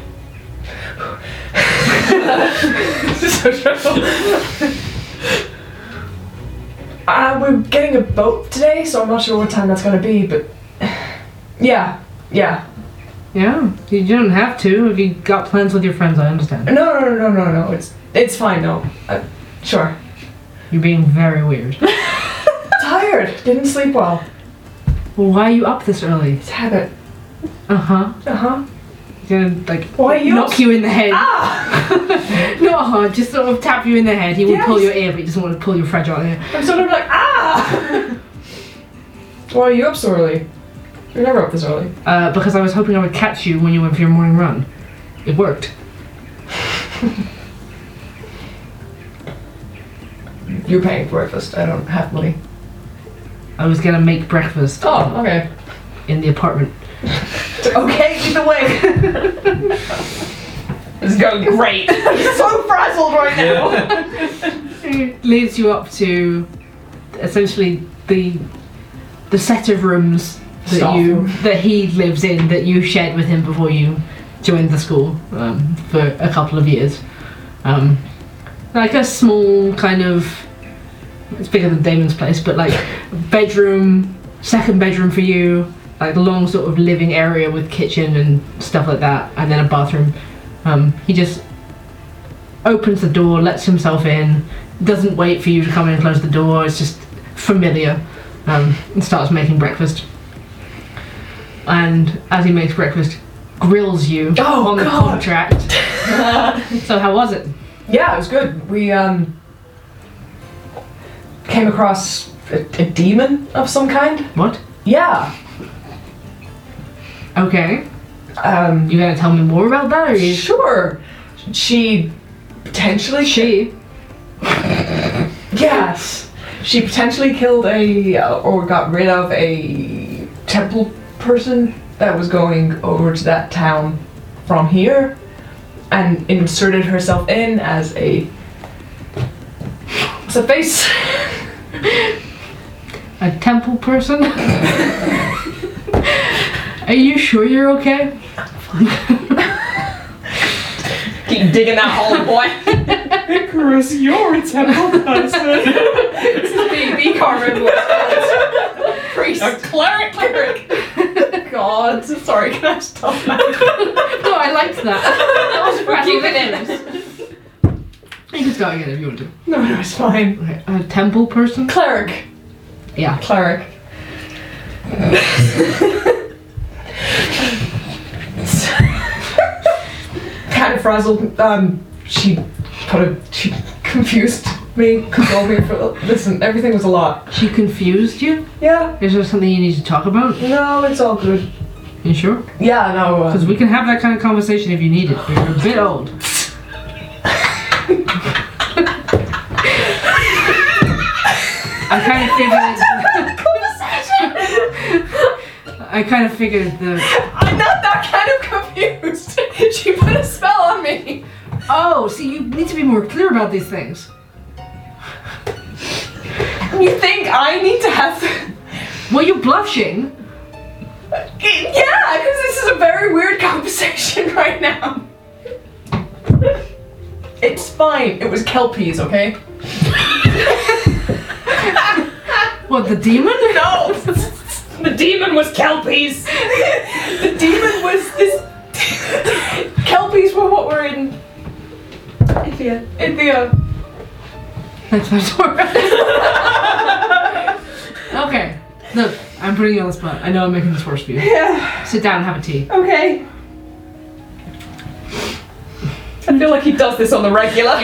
so stressful. uh, we're getting a boat today, so I'm not sure what time that's gonna be, but
Yeah, yeah.
Yeah, you don't have to if you got plans with your friends. I understand.
No, no, no, no, no. It's it's fine. No, uh, sure.
You're being very weird.
Tired. Didn't sleep well.
Well, why are you up this early?
It's habit.
Uh huh.
Uh huh.
Gonna like
Why are you
knock you in the head.
Ah!
no, uh-huh, just sort of tap you in the head. He will pull
Yes.
your ear, but he doesn't want to pull your fragile ear.
I'm sort of like ah. Why are you up so early? You're never up this early.
Uh, because I was hoping I would catch you when you went for your morning run. It worked.
You're paying for breakfast. I don't have money.
I was gonna make breakfast
Oh, okay.
in the apartment.
Okay, either way. it's going great. I'm so frazzled right now.
It leads you up to essentially the the set of rooms that
Staff
you
room.
that he lives in that you shared with him before you joined the school um, for a couple of years. Um, like a small kind of it's bigger than Damon's place, but like bedroom, second bedroom for you, like long sort of living area with kitchen and stuff like that, and then a bathroom. Um, he just opens the door, lets himself in, doesn't wait for you to come in and close the door. It's just familiar, um, and starts making breakfast. And as he makes breakfast, grills you
Oh,
on the
God.
contract. so how was it?
Yeah, it was good. We um came across a, a demon of some kind.
What?
Yeah.
Okay,
Um
you gonna tell me more about that, or you?
sure. She potentially
She.
Yes. She potentially killed a uh, or got rid of a temple person that was going over to that town from here and inserted herself in as a as a face.
A temple person? Are you sure you're okay?
Keep digging that hole, boy.
Icarus, you're a temple person.
be, be Carmen Westwood. Priest. A cleric. God, sorry, can I stop that?
No, I liked that. That was pretty You can start again if you want to.
no, no, it's fine.
Okay. A temple person?
Cleric.
Yeah.
Cleric. kind of frazzled. Um, she put a, she confused me, called me for, listen, everything was a lot.
She confused you?
Yeah,
Is there something you need to talk about?
no, it's all good.
You sure?
Yeah, no, uh,
Because we can have that kind of conversation if you need it. but You're a bit old. I kind of figured. I kind of figured the.
I'm not that kind of confused. she put a spell on me.
Oh, see, you need to be more clear about these things.
You think I need to have?
Were you blushing?
yeah, because this is a very weird conversation right now. It's fine. It was kelpies, okay?
What the demon?
No, the demon was kelpies. the demon was this. kelpies were what were in. Ithia. Ithia.
That's my story. okay. Look, I'm putting you on the spot. I know I'm making this worse for you.
Yeah.
Sit down, have a tea.
Okay. I feel like he does this on the regular.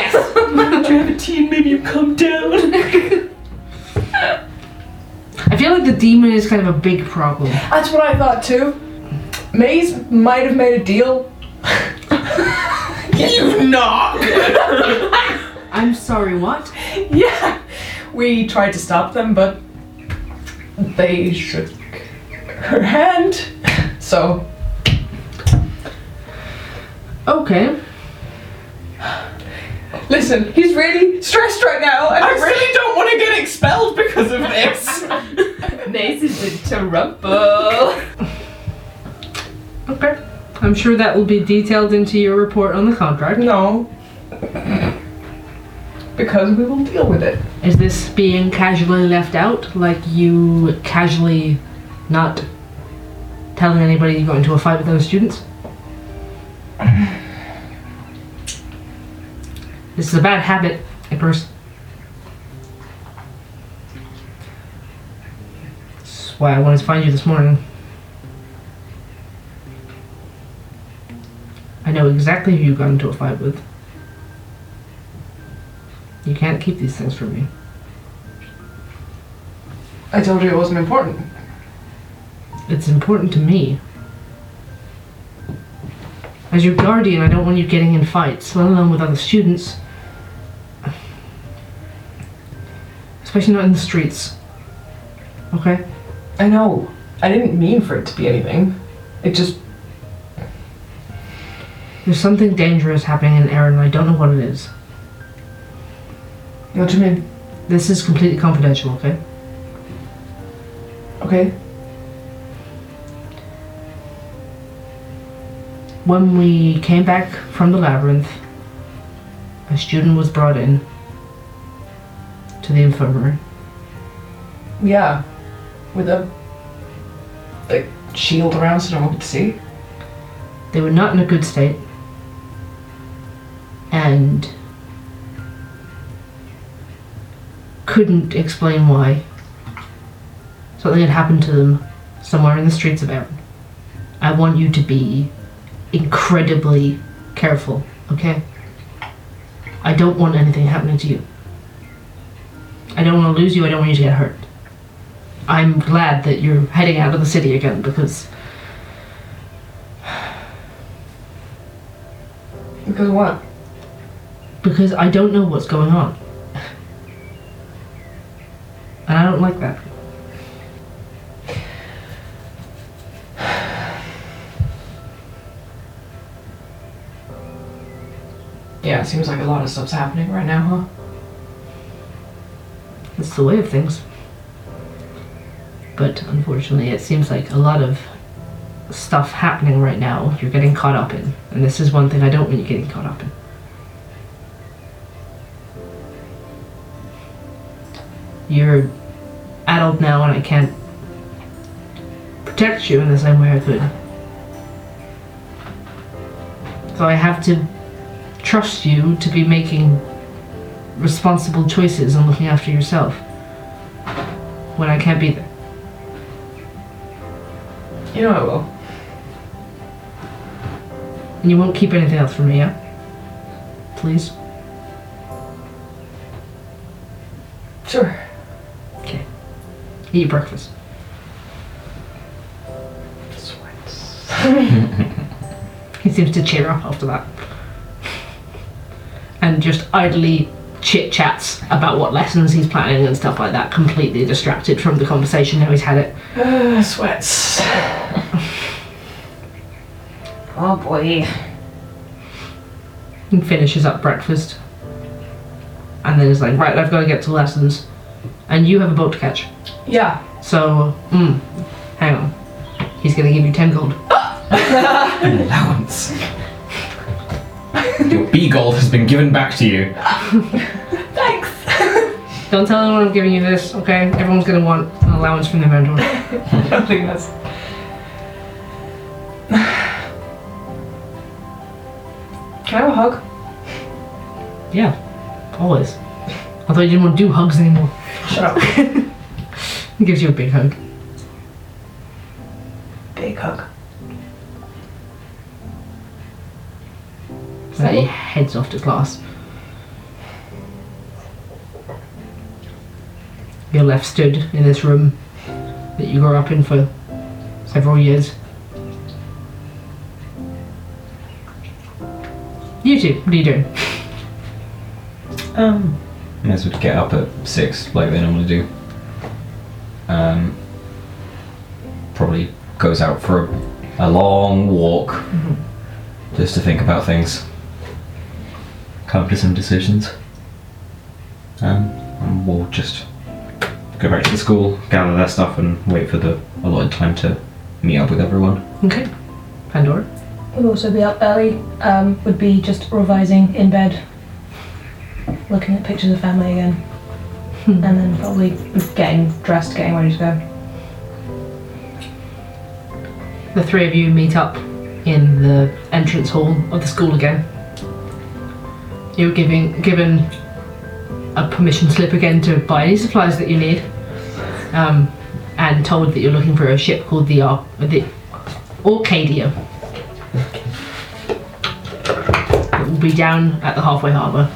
I feel like the demon is kind of a big problem.
That's what I thought too. Maze might have made a deal. you knock!
I'm sorry, what?
yeah. We tried to stop them, but they shook her hand. So
Okay.
listen, he's really stressed right now. And
I
he's-
really don't want to get expelled because of this.
Maze is a terrible.
Okay. I'm sure that will be detailed into your report on the contract.
no. Because we will deal with it.
Is this being casually left out? Like you casually not telling anybody you got into a fight with those students? this is a bad habit, Icarus. That's why I wanted to find you this morning. I know exactly who you got into a fight with. You can't keep these things from me.
I told you it wasn't important.
It's important to me. As your guardian, I don't want you getting in fights, let alone with other students. Especially not in the streets. Okay?
I know. I didn't mean for it to be anything. It just
There's something dangerous happening in Erin, and I don't know what it is.
what do you mean?
This is completely confidential, okay?
Okay.
When we came back from the labyrinth, a student was brought in to the infirmary.
Yeah. With a like shield around so no one could see.
They were not in a good state. And couldn't explain why. Something had happened to them somewhere in the streets of Erin. I want you to be incredibly careful, okay? I don't want anything happening to you. I don't want to lose you, I don't want you to get hurt. I'm glad that you're heading out of the city again because
Because what?
because I don't know what's going on. And I don't like that.
Yeah, it seems like a lot of stuff's happening right now, huh?
That's the way of things. But unfortunately, it seems like a lot of stuff happening right now you're getting caught up in. And this is one thing I don't want you getting caught up in. You're adult now, and I can't protect you in the same way I could. So I have to trust you to be making responsible choices and looking after yourself when I can't be there.
You know I will.
And you won't keep anything else from me, yeah? Please?
Sure.
Eat your breakfast.
Sweats.
He seems to cheer up after that. And just idly chit chats about what lessons he's planning and stuff like that, completely distracted from the conversation now he's had it.
Uh, sweats.
Oh boy.
and finishes up breakfast. And then is like, right, I've got to get to lessons. And you have a boat to catch.
Yeah.
So, mm, hang on. He's going to give you 10 gold.
An allowance. Your B gold has been given back to you.
Don't tell anyone I'm giving you this, okay? Everyone's gonna want an allowance from their mentor.
I don't think that's Can I have a hug?
Yeah, always. I thought you didn't want to do hugs anymore.
Shut up.
He gives you a big hug.
Big hug.
So he heads off to class. You're left stood in this room that you grew up in for several years. You two, what are you doing?
Um, you guys would get up at six like they normally do. Um, probably goes out for a, a long walk just to think about things, come up to some decisions. Um, and we'll just go back to the school, gather their stuff, and wait for the allotted time to meet up with everyone.
Okay. Pandora?
Would also be up early. Um, would be just revising in bed, looking at pictures of family again, and then probably getting dressed, getting ready to go.
the three of you meet up in the entrance hall of the school again. You're giving given a permission slip again to buy any supplies that you need, um, and told that you're looking for a ship called the Ar- the Orcadia. It will be down at the halfway harbour,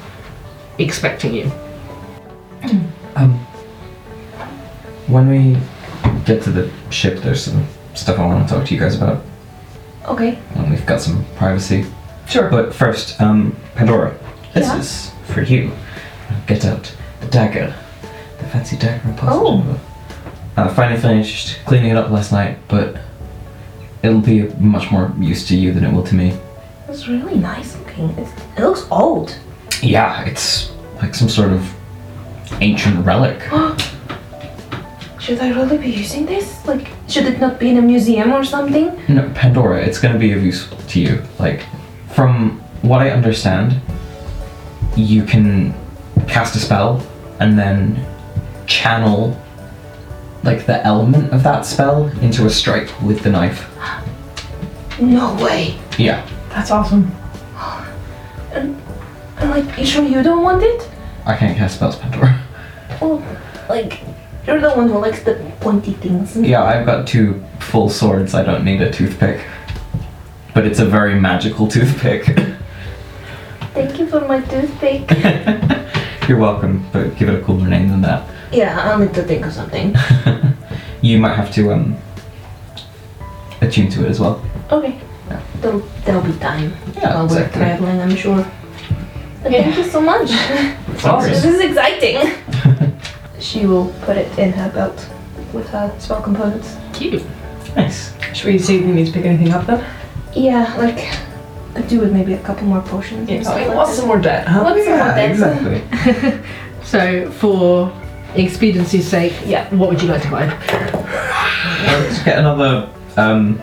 expecting you.
Um, When we get to the ship, there's some stuff I want to talk to you guys about.
Okay.
And we've got some privacy.
Sure.
But first, um, Pandora, this
Yeah?
is for you. Get out the dagger, the fancy dagger and
Oh.
possible. I finally finished cleaning it up last night, but it'll be much more use to you than it will to me.
It's really nice looking. It's, it looks old.
Yeah, it's like some sort of ancient relic.
Should I really be using this? Like, should it not be in a museum or something?
No, Pandora, it's going to be of use to you. Like, from what I understand, you can cast a spell and then channel, like, the element of that spell into a strike with the knife.
No way.
Yeah,
That's awesome.
And like, you sure you don't want it?
I can't cast spells, Pandora.
Oh, like, you're the one who likes the pointy things.
Yeah, I've got two full swords, I don't need a toothpick. But it's a very magical toothpick.
Thank you for my toothpick.
You're welcome, but give it a cooler name than that.
yeah, I'll need to think of something.
You might have to, um, attune to it as well.
Okay. There'll, there'll be time
Yeah,
while
exactly.
we're traveling, I'm sure. But Thank you so much.
Sorry.
this is exciting.
She will put it in her belt with her spell components.
Cute.
Nice.
Should we see if we need to pick anything up then?
Yeah, like, could do with maybe a couple more potions. and
Oh,
stuff like that.
more debt, huh?
What's the more dense?
Exactly.
So, for expediency's sake, yeah, what would you like to buy?
Let's get another. Um,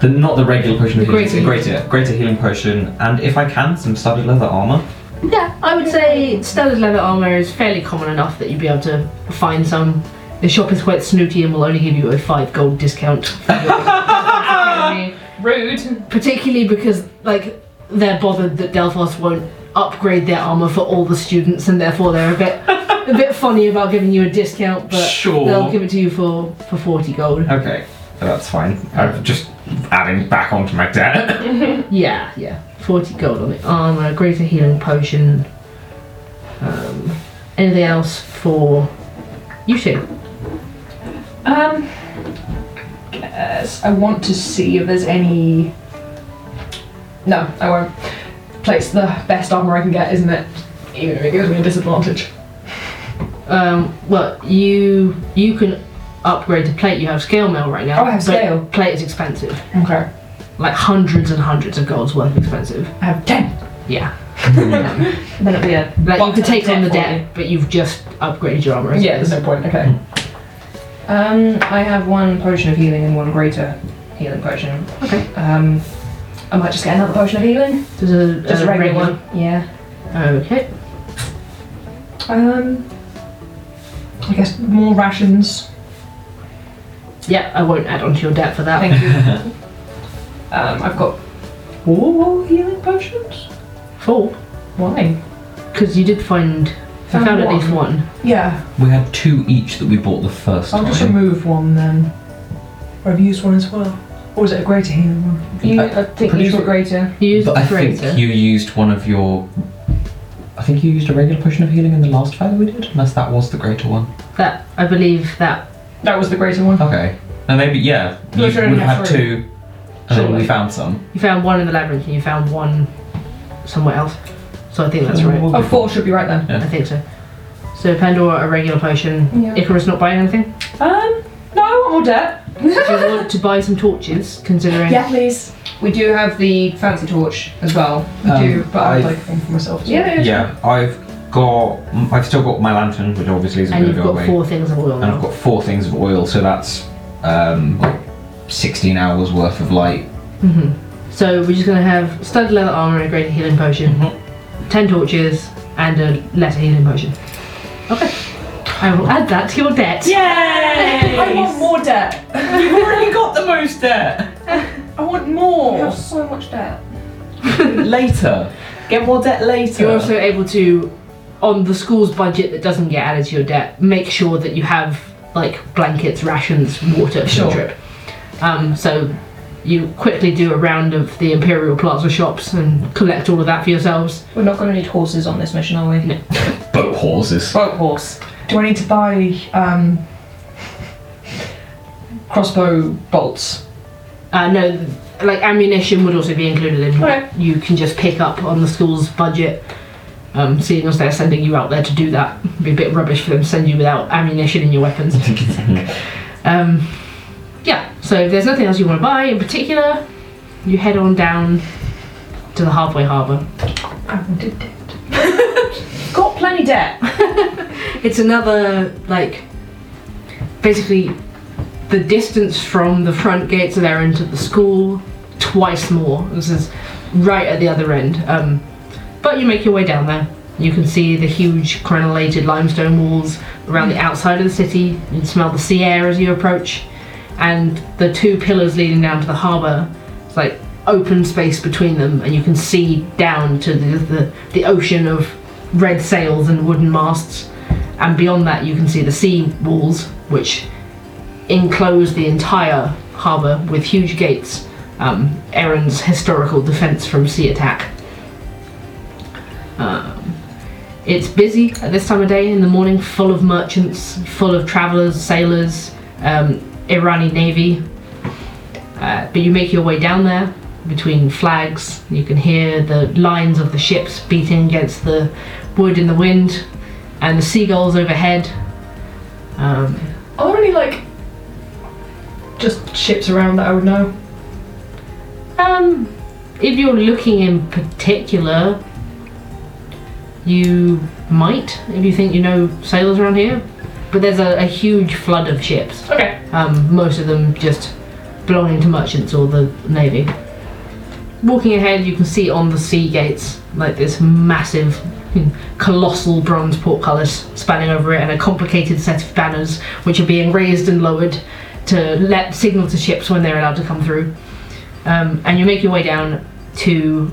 the not the regular potion.
The
of healing,
greater.
greater, greater healing potion, and if I can, some studded leather armor.
Yeah, I would say standard leather armor is fairly common enough that you'd be able to find some. The shop is quite snooty and will only give you a five gold discount. for
Ah.
your-
Rude.
Particularly because, like, they're bothered that Delphos won't upgrade their armor for all the students, and therefore they're a bit a bit funny about giving you a discount. But
Sure.
they'll give it to you for for forty gold.
Okay, that's fine.
I'm just adding back onto my debt.
Yeah, yeah. 40 gold on the armor, greater healing potion. Um, anything else for you two?
Um, guess I want to see if there's any. No, I won't. Place the best armor I can get, isn't it? Even if it gives me a disadvantage.
Um, well, you you can upgrade the plate. You have scale mail right now.
Oh, I have
but
scale.
Plate is expensive.
Okay.
Like hundreds and hundreds of golds worth expensive.
I have ten.
Yeah.
Hmm.
Then it'll be a
Like you
Bump
could
it
take
up
on the
for
debt,
you.
but you've just upgraded your armor. as it
Yeah,
is.
there's no point. Okay.
Um, I have one potion of healing and one greater healing potion.
Okay.
Um, I might just get another potion of healing.
There's a,
Just
a
a regular one. Yeah.
Okay.
Um, I guess more rations.
Yeah, I won't add on to your debt for
Ah.
that.
Thank you. um, I've got four healing potions.
Four.
Why?
Because you did find. I
Found
found at
one.
least one.
Yeah,
We had two each that we bought the 1st
I'll just
time.
remove one then. Or I've used one as well. Or is it a greater healing one?
You,
I-
I think
pretty
you
sure-
took greater.
You used
but I
greater.
think you used one of your. I think you used a regular potion of healing in the last fight that we did, unless that was the greater one.
That I believe that
That was the greater one.
Okay. No, maybe yeah.
No,
you
sure,
would
yeah,
have had
sure.
two, and then
Sure.
we found some.
you found one in the labyrinth and you found one somewhere else. So I think that's right.
Oh, four should be right then.
I think so. So Pandora, a regular potion.
Yeah.
Icarus not buying anything.
Um, no, I want more debt.
Do you want to buy some torches? Considering
please.
We do have the fancy torch as well.
I do,
Um,
but I'd
I-
like one for myself as well.
Yeah.
Yeah, I've got. I've still got my lantern, which obviously isn't
and
going
you've
to go
got
away.
four things of oil
and I've
now.
got four things of oil, so that's um, like 16 hours worth of light.
Mm-hmm. So we're just gonna have stud leather armor, a greater healing
Mm-hmm.
potion, ten torches, and a lesser healing potion. Okay. I will add that to your debt.
Yay! I want more debt. You've already got.
Not the most debt.
I want more.
have so much debt.
Later.
Get more debt later.
You're also able to, on the school's budget that doesn't get added to your debt, make sure that you have like blankets, rations, water for
Sure.
the trip. Um, so you quickly do a round of the Imperial Plaza shops and collect all of that for yourselves.
We're not going to need horses on this mission, are we?
No.
But horses.
Boat horse.
Do I need to buy um, crossbow bolts?
Uh, no, like ammunition would also be included in what
Okay.
you can just pick up on the school's budget. Um, seeing as they're sending you out there to do that, it'd be a bit rubbish for them to send you without ammunition in your weapons. um, yeah, so if there's nothing else you want to buy in particular, you head on down to the halfway harbour.
I wanted debt.
Got plenty debt.
It's another, like, basically the distance from the front gates of Erin to the school twice more. This is right at the other end. Um, but you make your way down there. You can see the huge crenellated limestone walls around the outside of the city. You can smell the sea air as you approach. And the two pillars leading down to the harbour, it's like open space between them, and you can see down to the, the, the ocean of red sails and wooden masts. And beyond that, you can see the sea walls, which enclose the entire harbour with huge gates, um, Erin's historical defence from sea attack. Um, it's busy at this time of day in the morning, full of merchants, full of travellers, sailors, um, Irani navy. Uh, but you make your way down there between flags. You can hear the lines of the ships beating against the wood in the wind, and the seagulls overhead. Um,
Are there any like just ships around that I would know?
Um, if you're looking in particular, you might, if you think you know sailors around here. But there's a, a huge flood of ships.
Okay.
Um, most of them just belonging to merchants or the navy. Walking ahead, you can see on the sea gates like this massive, colossal bronze portcullis spanning over it, and a complicated set of banners which are being raised and lowered to let signal to ships when they're allowed to come through um, and you make your way down to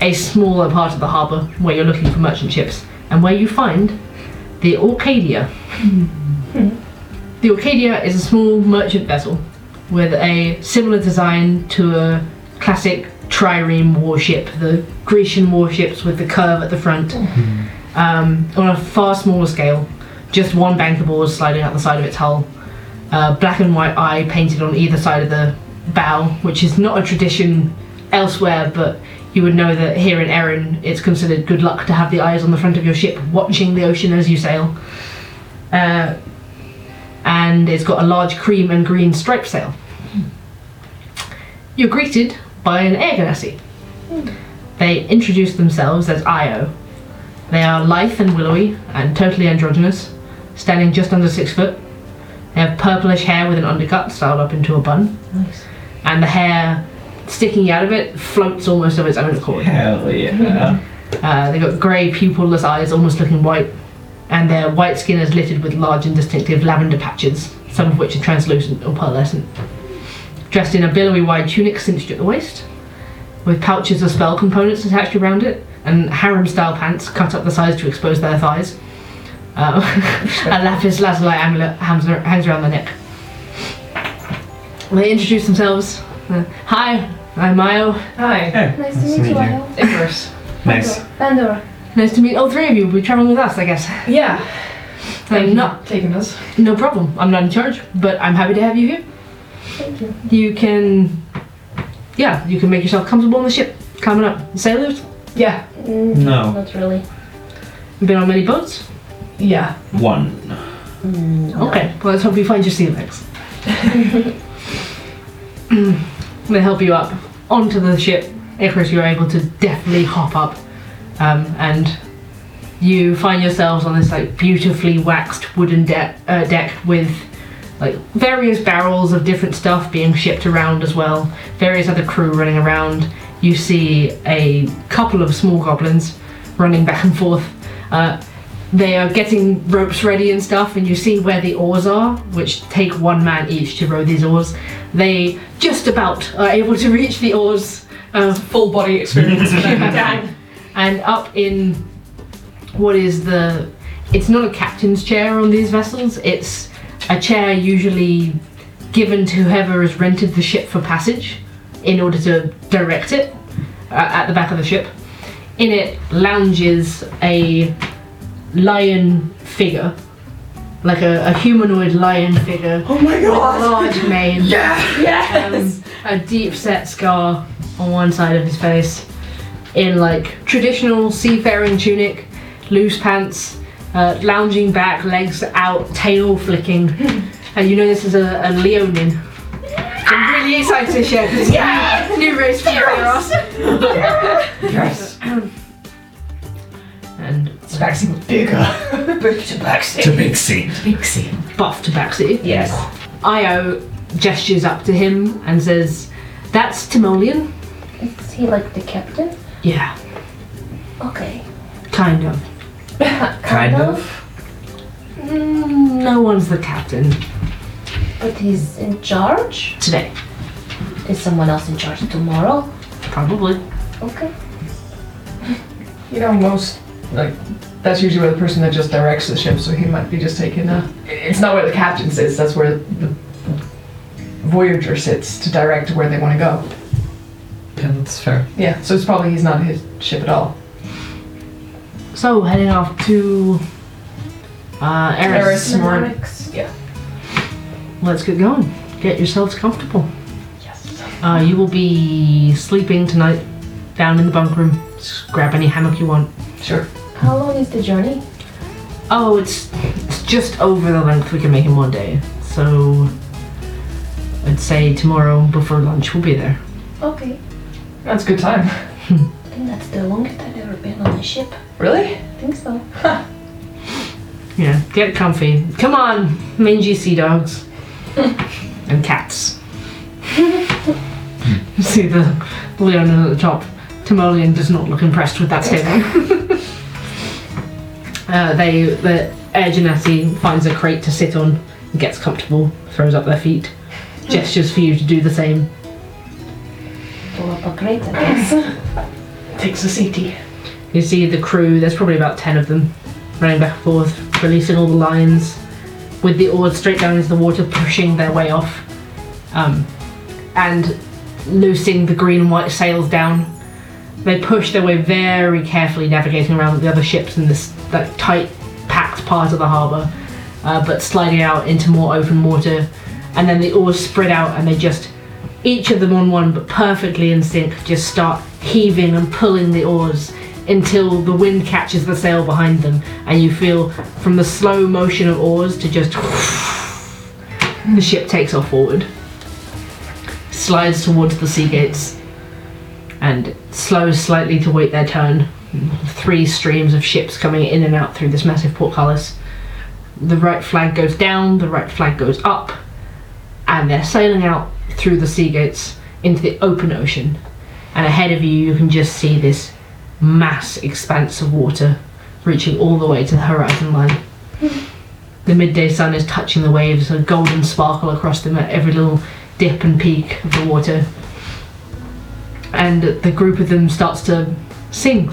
a smaller part of the harbour where you're looking for merchant ships and where you find the Orcadia. the Orcadia is a small merchant vessel with a similar design to a classic trireme warship, the Grecian warships with the curve at the front, um, on a far smaller scale. Just one bank of oars sliding out the side of its hull, uh, black and white eye painted on either side of the bow, which is not a tradition elsewhere, but you would know that here in Erin it's considered good luck to have the eyes on the front of your ship watching the ocean as you sail. Uh, and it's got a large cream and green striped sail. You're greeted by an air ganassi. They introduce themselves as Io. They are lithe and willowy and totally androgynous, standing just under six foot. They have purplish hair with an undercut styled up into a bun
Nice.
and the hair sticking out of it floats almost of its own accord.
Hell yeah.
Uh, they've got grey pupilless eyes, almost looking white, and their white skin is littered with large and distinctive lavender patches, some of which are translucent or pearlescent. Dressed in a billowy wide tunic cinched at the waist, with pouches of spell components attached around it, and harem style pants cut up the sides to expose their thighs. Um, a lapis lazuli amulet hangs ar- hangs around their neck. They introduce themselves. Uh, Hi, I'm Mayo.
Hi.
Nice to meet you, Io.
Icarus.
Nice.
Pandora.
Nice to meet all three of you. We'll be traveling with us, I guess.
yeah.
Like,
you
not,
for taking us.
no problem. I'm not in charge, but I'm happy to have you here.
Thank you.
You can, yeah, you can make yourself comfortable on the ship. Coming up, sailors.
Yeah.
Mm,
No.
Not really.
Been on many boats.
Yeah.
One.
Okay, well let's hope you find your sea legs. they help you up onto the ship. Icarus, you're able to deftly hop up, um, and you find yourselves on this like beautifully waxed wooden de- uh, deck with like various barrels of different stuff being shipped around as well. Various other crew running around. You see a couple of small goblins running back and forth. Uh, They are getting ropes ready and stuff, and you see where the oars are, which take one man each to row these oars. They just about are able to reach the oars. Uh,
Full body experience.
and up in what is the it's not a captain's chair on these vessels it's a chair usually given to whoever has rented the ship for passage in order to direct it uh, at the back of the ship in it lounges a lion figure like a, a humanoid lion figure
oh my
with large mane
Yeah.
um, a deep set scar on one side of his face, in like traditional seafaring tunic, loose pants, uh, lounging back, legs out, tail flicking. And you know this is a, a Leonin. I'm really excited to share this new- new race from Theros.
Yes.
And
Maxim bigger. Big to Maxim.
To big scene.
buff to Baxi.
Yes.
Io gestures up to him and says, That's Timoleon?
Is he like the captain?
Yeah,
Okay.
kind of.
Kind of.
Mm, no one's the captain
But he's in charge?
today,
Is someone else in charge tomorrow?
probably.
Okay.
You know, most like that's usually where the person that just directs the ship, so he might be just taking a. It's not where the captain sits. That's where the voyager sits to direct where they want to go.
Yeah, that's fair.
Yeah. So it's probably he's not his ship at all.
So heading off to uh,
Eris.
Eris.
Smart.
Let's get going. Get yourselves comfortable.
Yes.
Uh, you will be sleeping tonight down in the bunk room. Just grab any hammock you want.
Sure.
How long is the journey?
Oh, it's it's just over the length we can make in one day. So I'd say tomorrow before lunch we'll be there.
Okay.
That's a good time.
I think that's the longest I've ever been on a ship.
Really?
I think so.
Yeah, get comfy. Come on, mangy sea dogs and cats. You See the Leona at the top. Timoleon does not look impressed with that statement. uh, they, the Air Genasi finds a crate to sit on, and gets comfortable, throws up their feet, gestures for you to do the same.
Pull up a crate, I guess.
Takes a seaty.
You see the crew, there's probably about 10 of them, running back and forth, releasing all the lines, with the oars straight down into the water, pushing their way off, um, and loosing the green and white sails down. They push their way very carefully, navigating around the other ships in this like, tight, packed part of the harbour, uh, but sliding out into more open water. And then the oars spread out, and they just, each of them on one, but perfectly in sync, just start heaving and pulling the oars until the wind catches the sail behind them and you feel from the slow motion of oars to just the ship takes off forward slides towards the sea gates and slows slightly to wait their turn three streams of ships coming in and out through this massive portcullis the right flag goes down the right flag goes up and they're sailing out through the sea gates into the open ocean and ahead of you you can just see this mass expanse of water reaching all the way to the horizon line. The midday sun is touching the waves, a golden sparkle across them at every little dip and peak of the water. And the group of them starts to sing.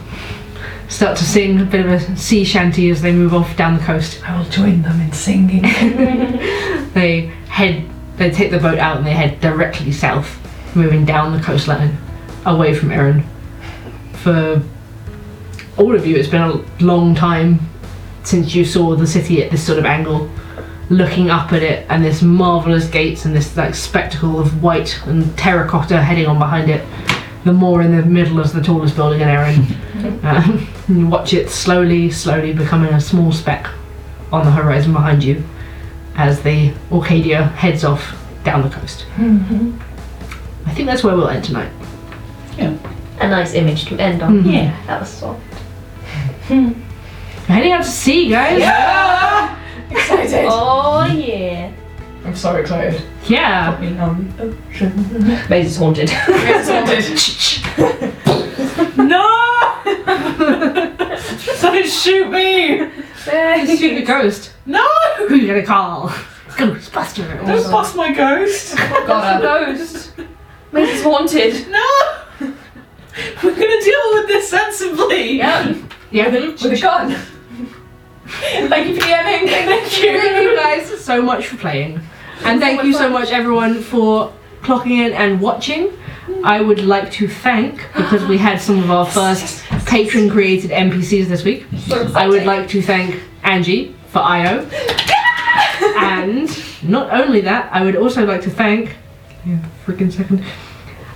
Start to sing a bit of a sea shanty as they move off down the coast.
I will join them in singing.
They head, they take the boat out and they head directly south, moving down the coastline, away from Erin. For all of you, it's been a long time since you saw the city at this sort of angle, looking up at it and this marvelous gates and this like spectacle of white and terracotta heading on behind it. The moor in the middle is the tallest building in Erin. um, and you watch it slowly, slowly becoming a small speck on the horizon behind you as the Orcadia heads off down the coast. I think that's where we'll end tonight.
A nice image to end on.
Mhm.
Yeah, that was so.
We're heading out to sea, guys. Yeah.
Excited.
Oh yeah.
I'm so excited. um,
Maze is haunted.
no.
Don't shoot me!
This should be ghost.
No!
Who you gonna call? Ghostbusters.
Don't bust my ghost!
God, ghost. Maze haunted.
No! We're gonna deal with this sensibly!
Yeah.
Yeah.
With a gun. Thank you for DMing. Thank
Thank you guys so much for playing. And thank you so much everyone for clocking in and watching. I would like to thank, because we had some of our first patron created NPCs this week, I would like to thank Angie for IO. and not only that, I would also like to thank. Yeah, freaking second.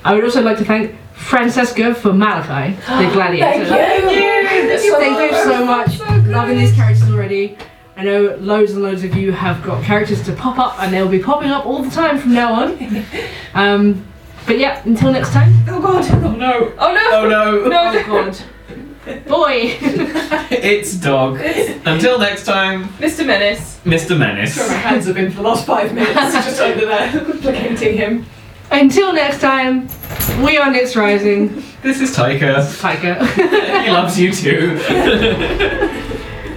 I would also like to thank Francesca for Malachi, the gladiator. Thank you so much. Loving these characters already. I know loads and loads of you have got characters to pop up, and they'll be popping up all the time from now on. Um, but yeah, until next time.
Oh god! Oh no!
Oh no.
Oh no!
Oh god, boy.
It's dog. Until next time,
Mr. Menace.
Mr. Menace.
That's where my hands have been for the last five minutes, just over there, placating him.
until next time, we are next rising.
This is Tyker.
Tiger.
He loves you too.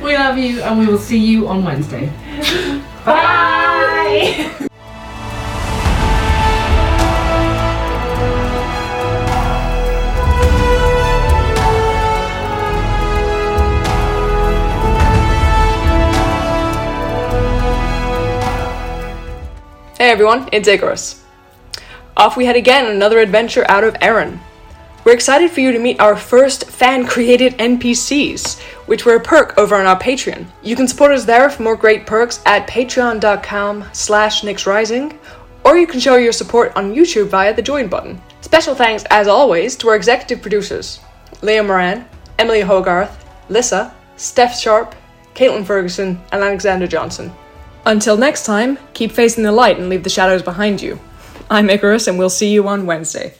we love you, and we will see you on Wednesday.
Bye.
Hey everyone, it's Icarus. Off we head again on another adventure out of Erin. We're excited for you to meet our first fan created NPCs, which were a perk over on our Patreon. You can support us there for more great perks at patreon.com slash nixrising, or you can show your support on YouTube via the join button. Special thanks, as always, to our executive producers, Leah Moran, Emily Hogarth, Lissa, Steph Sharp, Caitlin Ferguson, and Alexander Johnson. Until next time, keep facing the light and leave the shadows behind you. I'm Icarus, and we'll see you on Wednesday.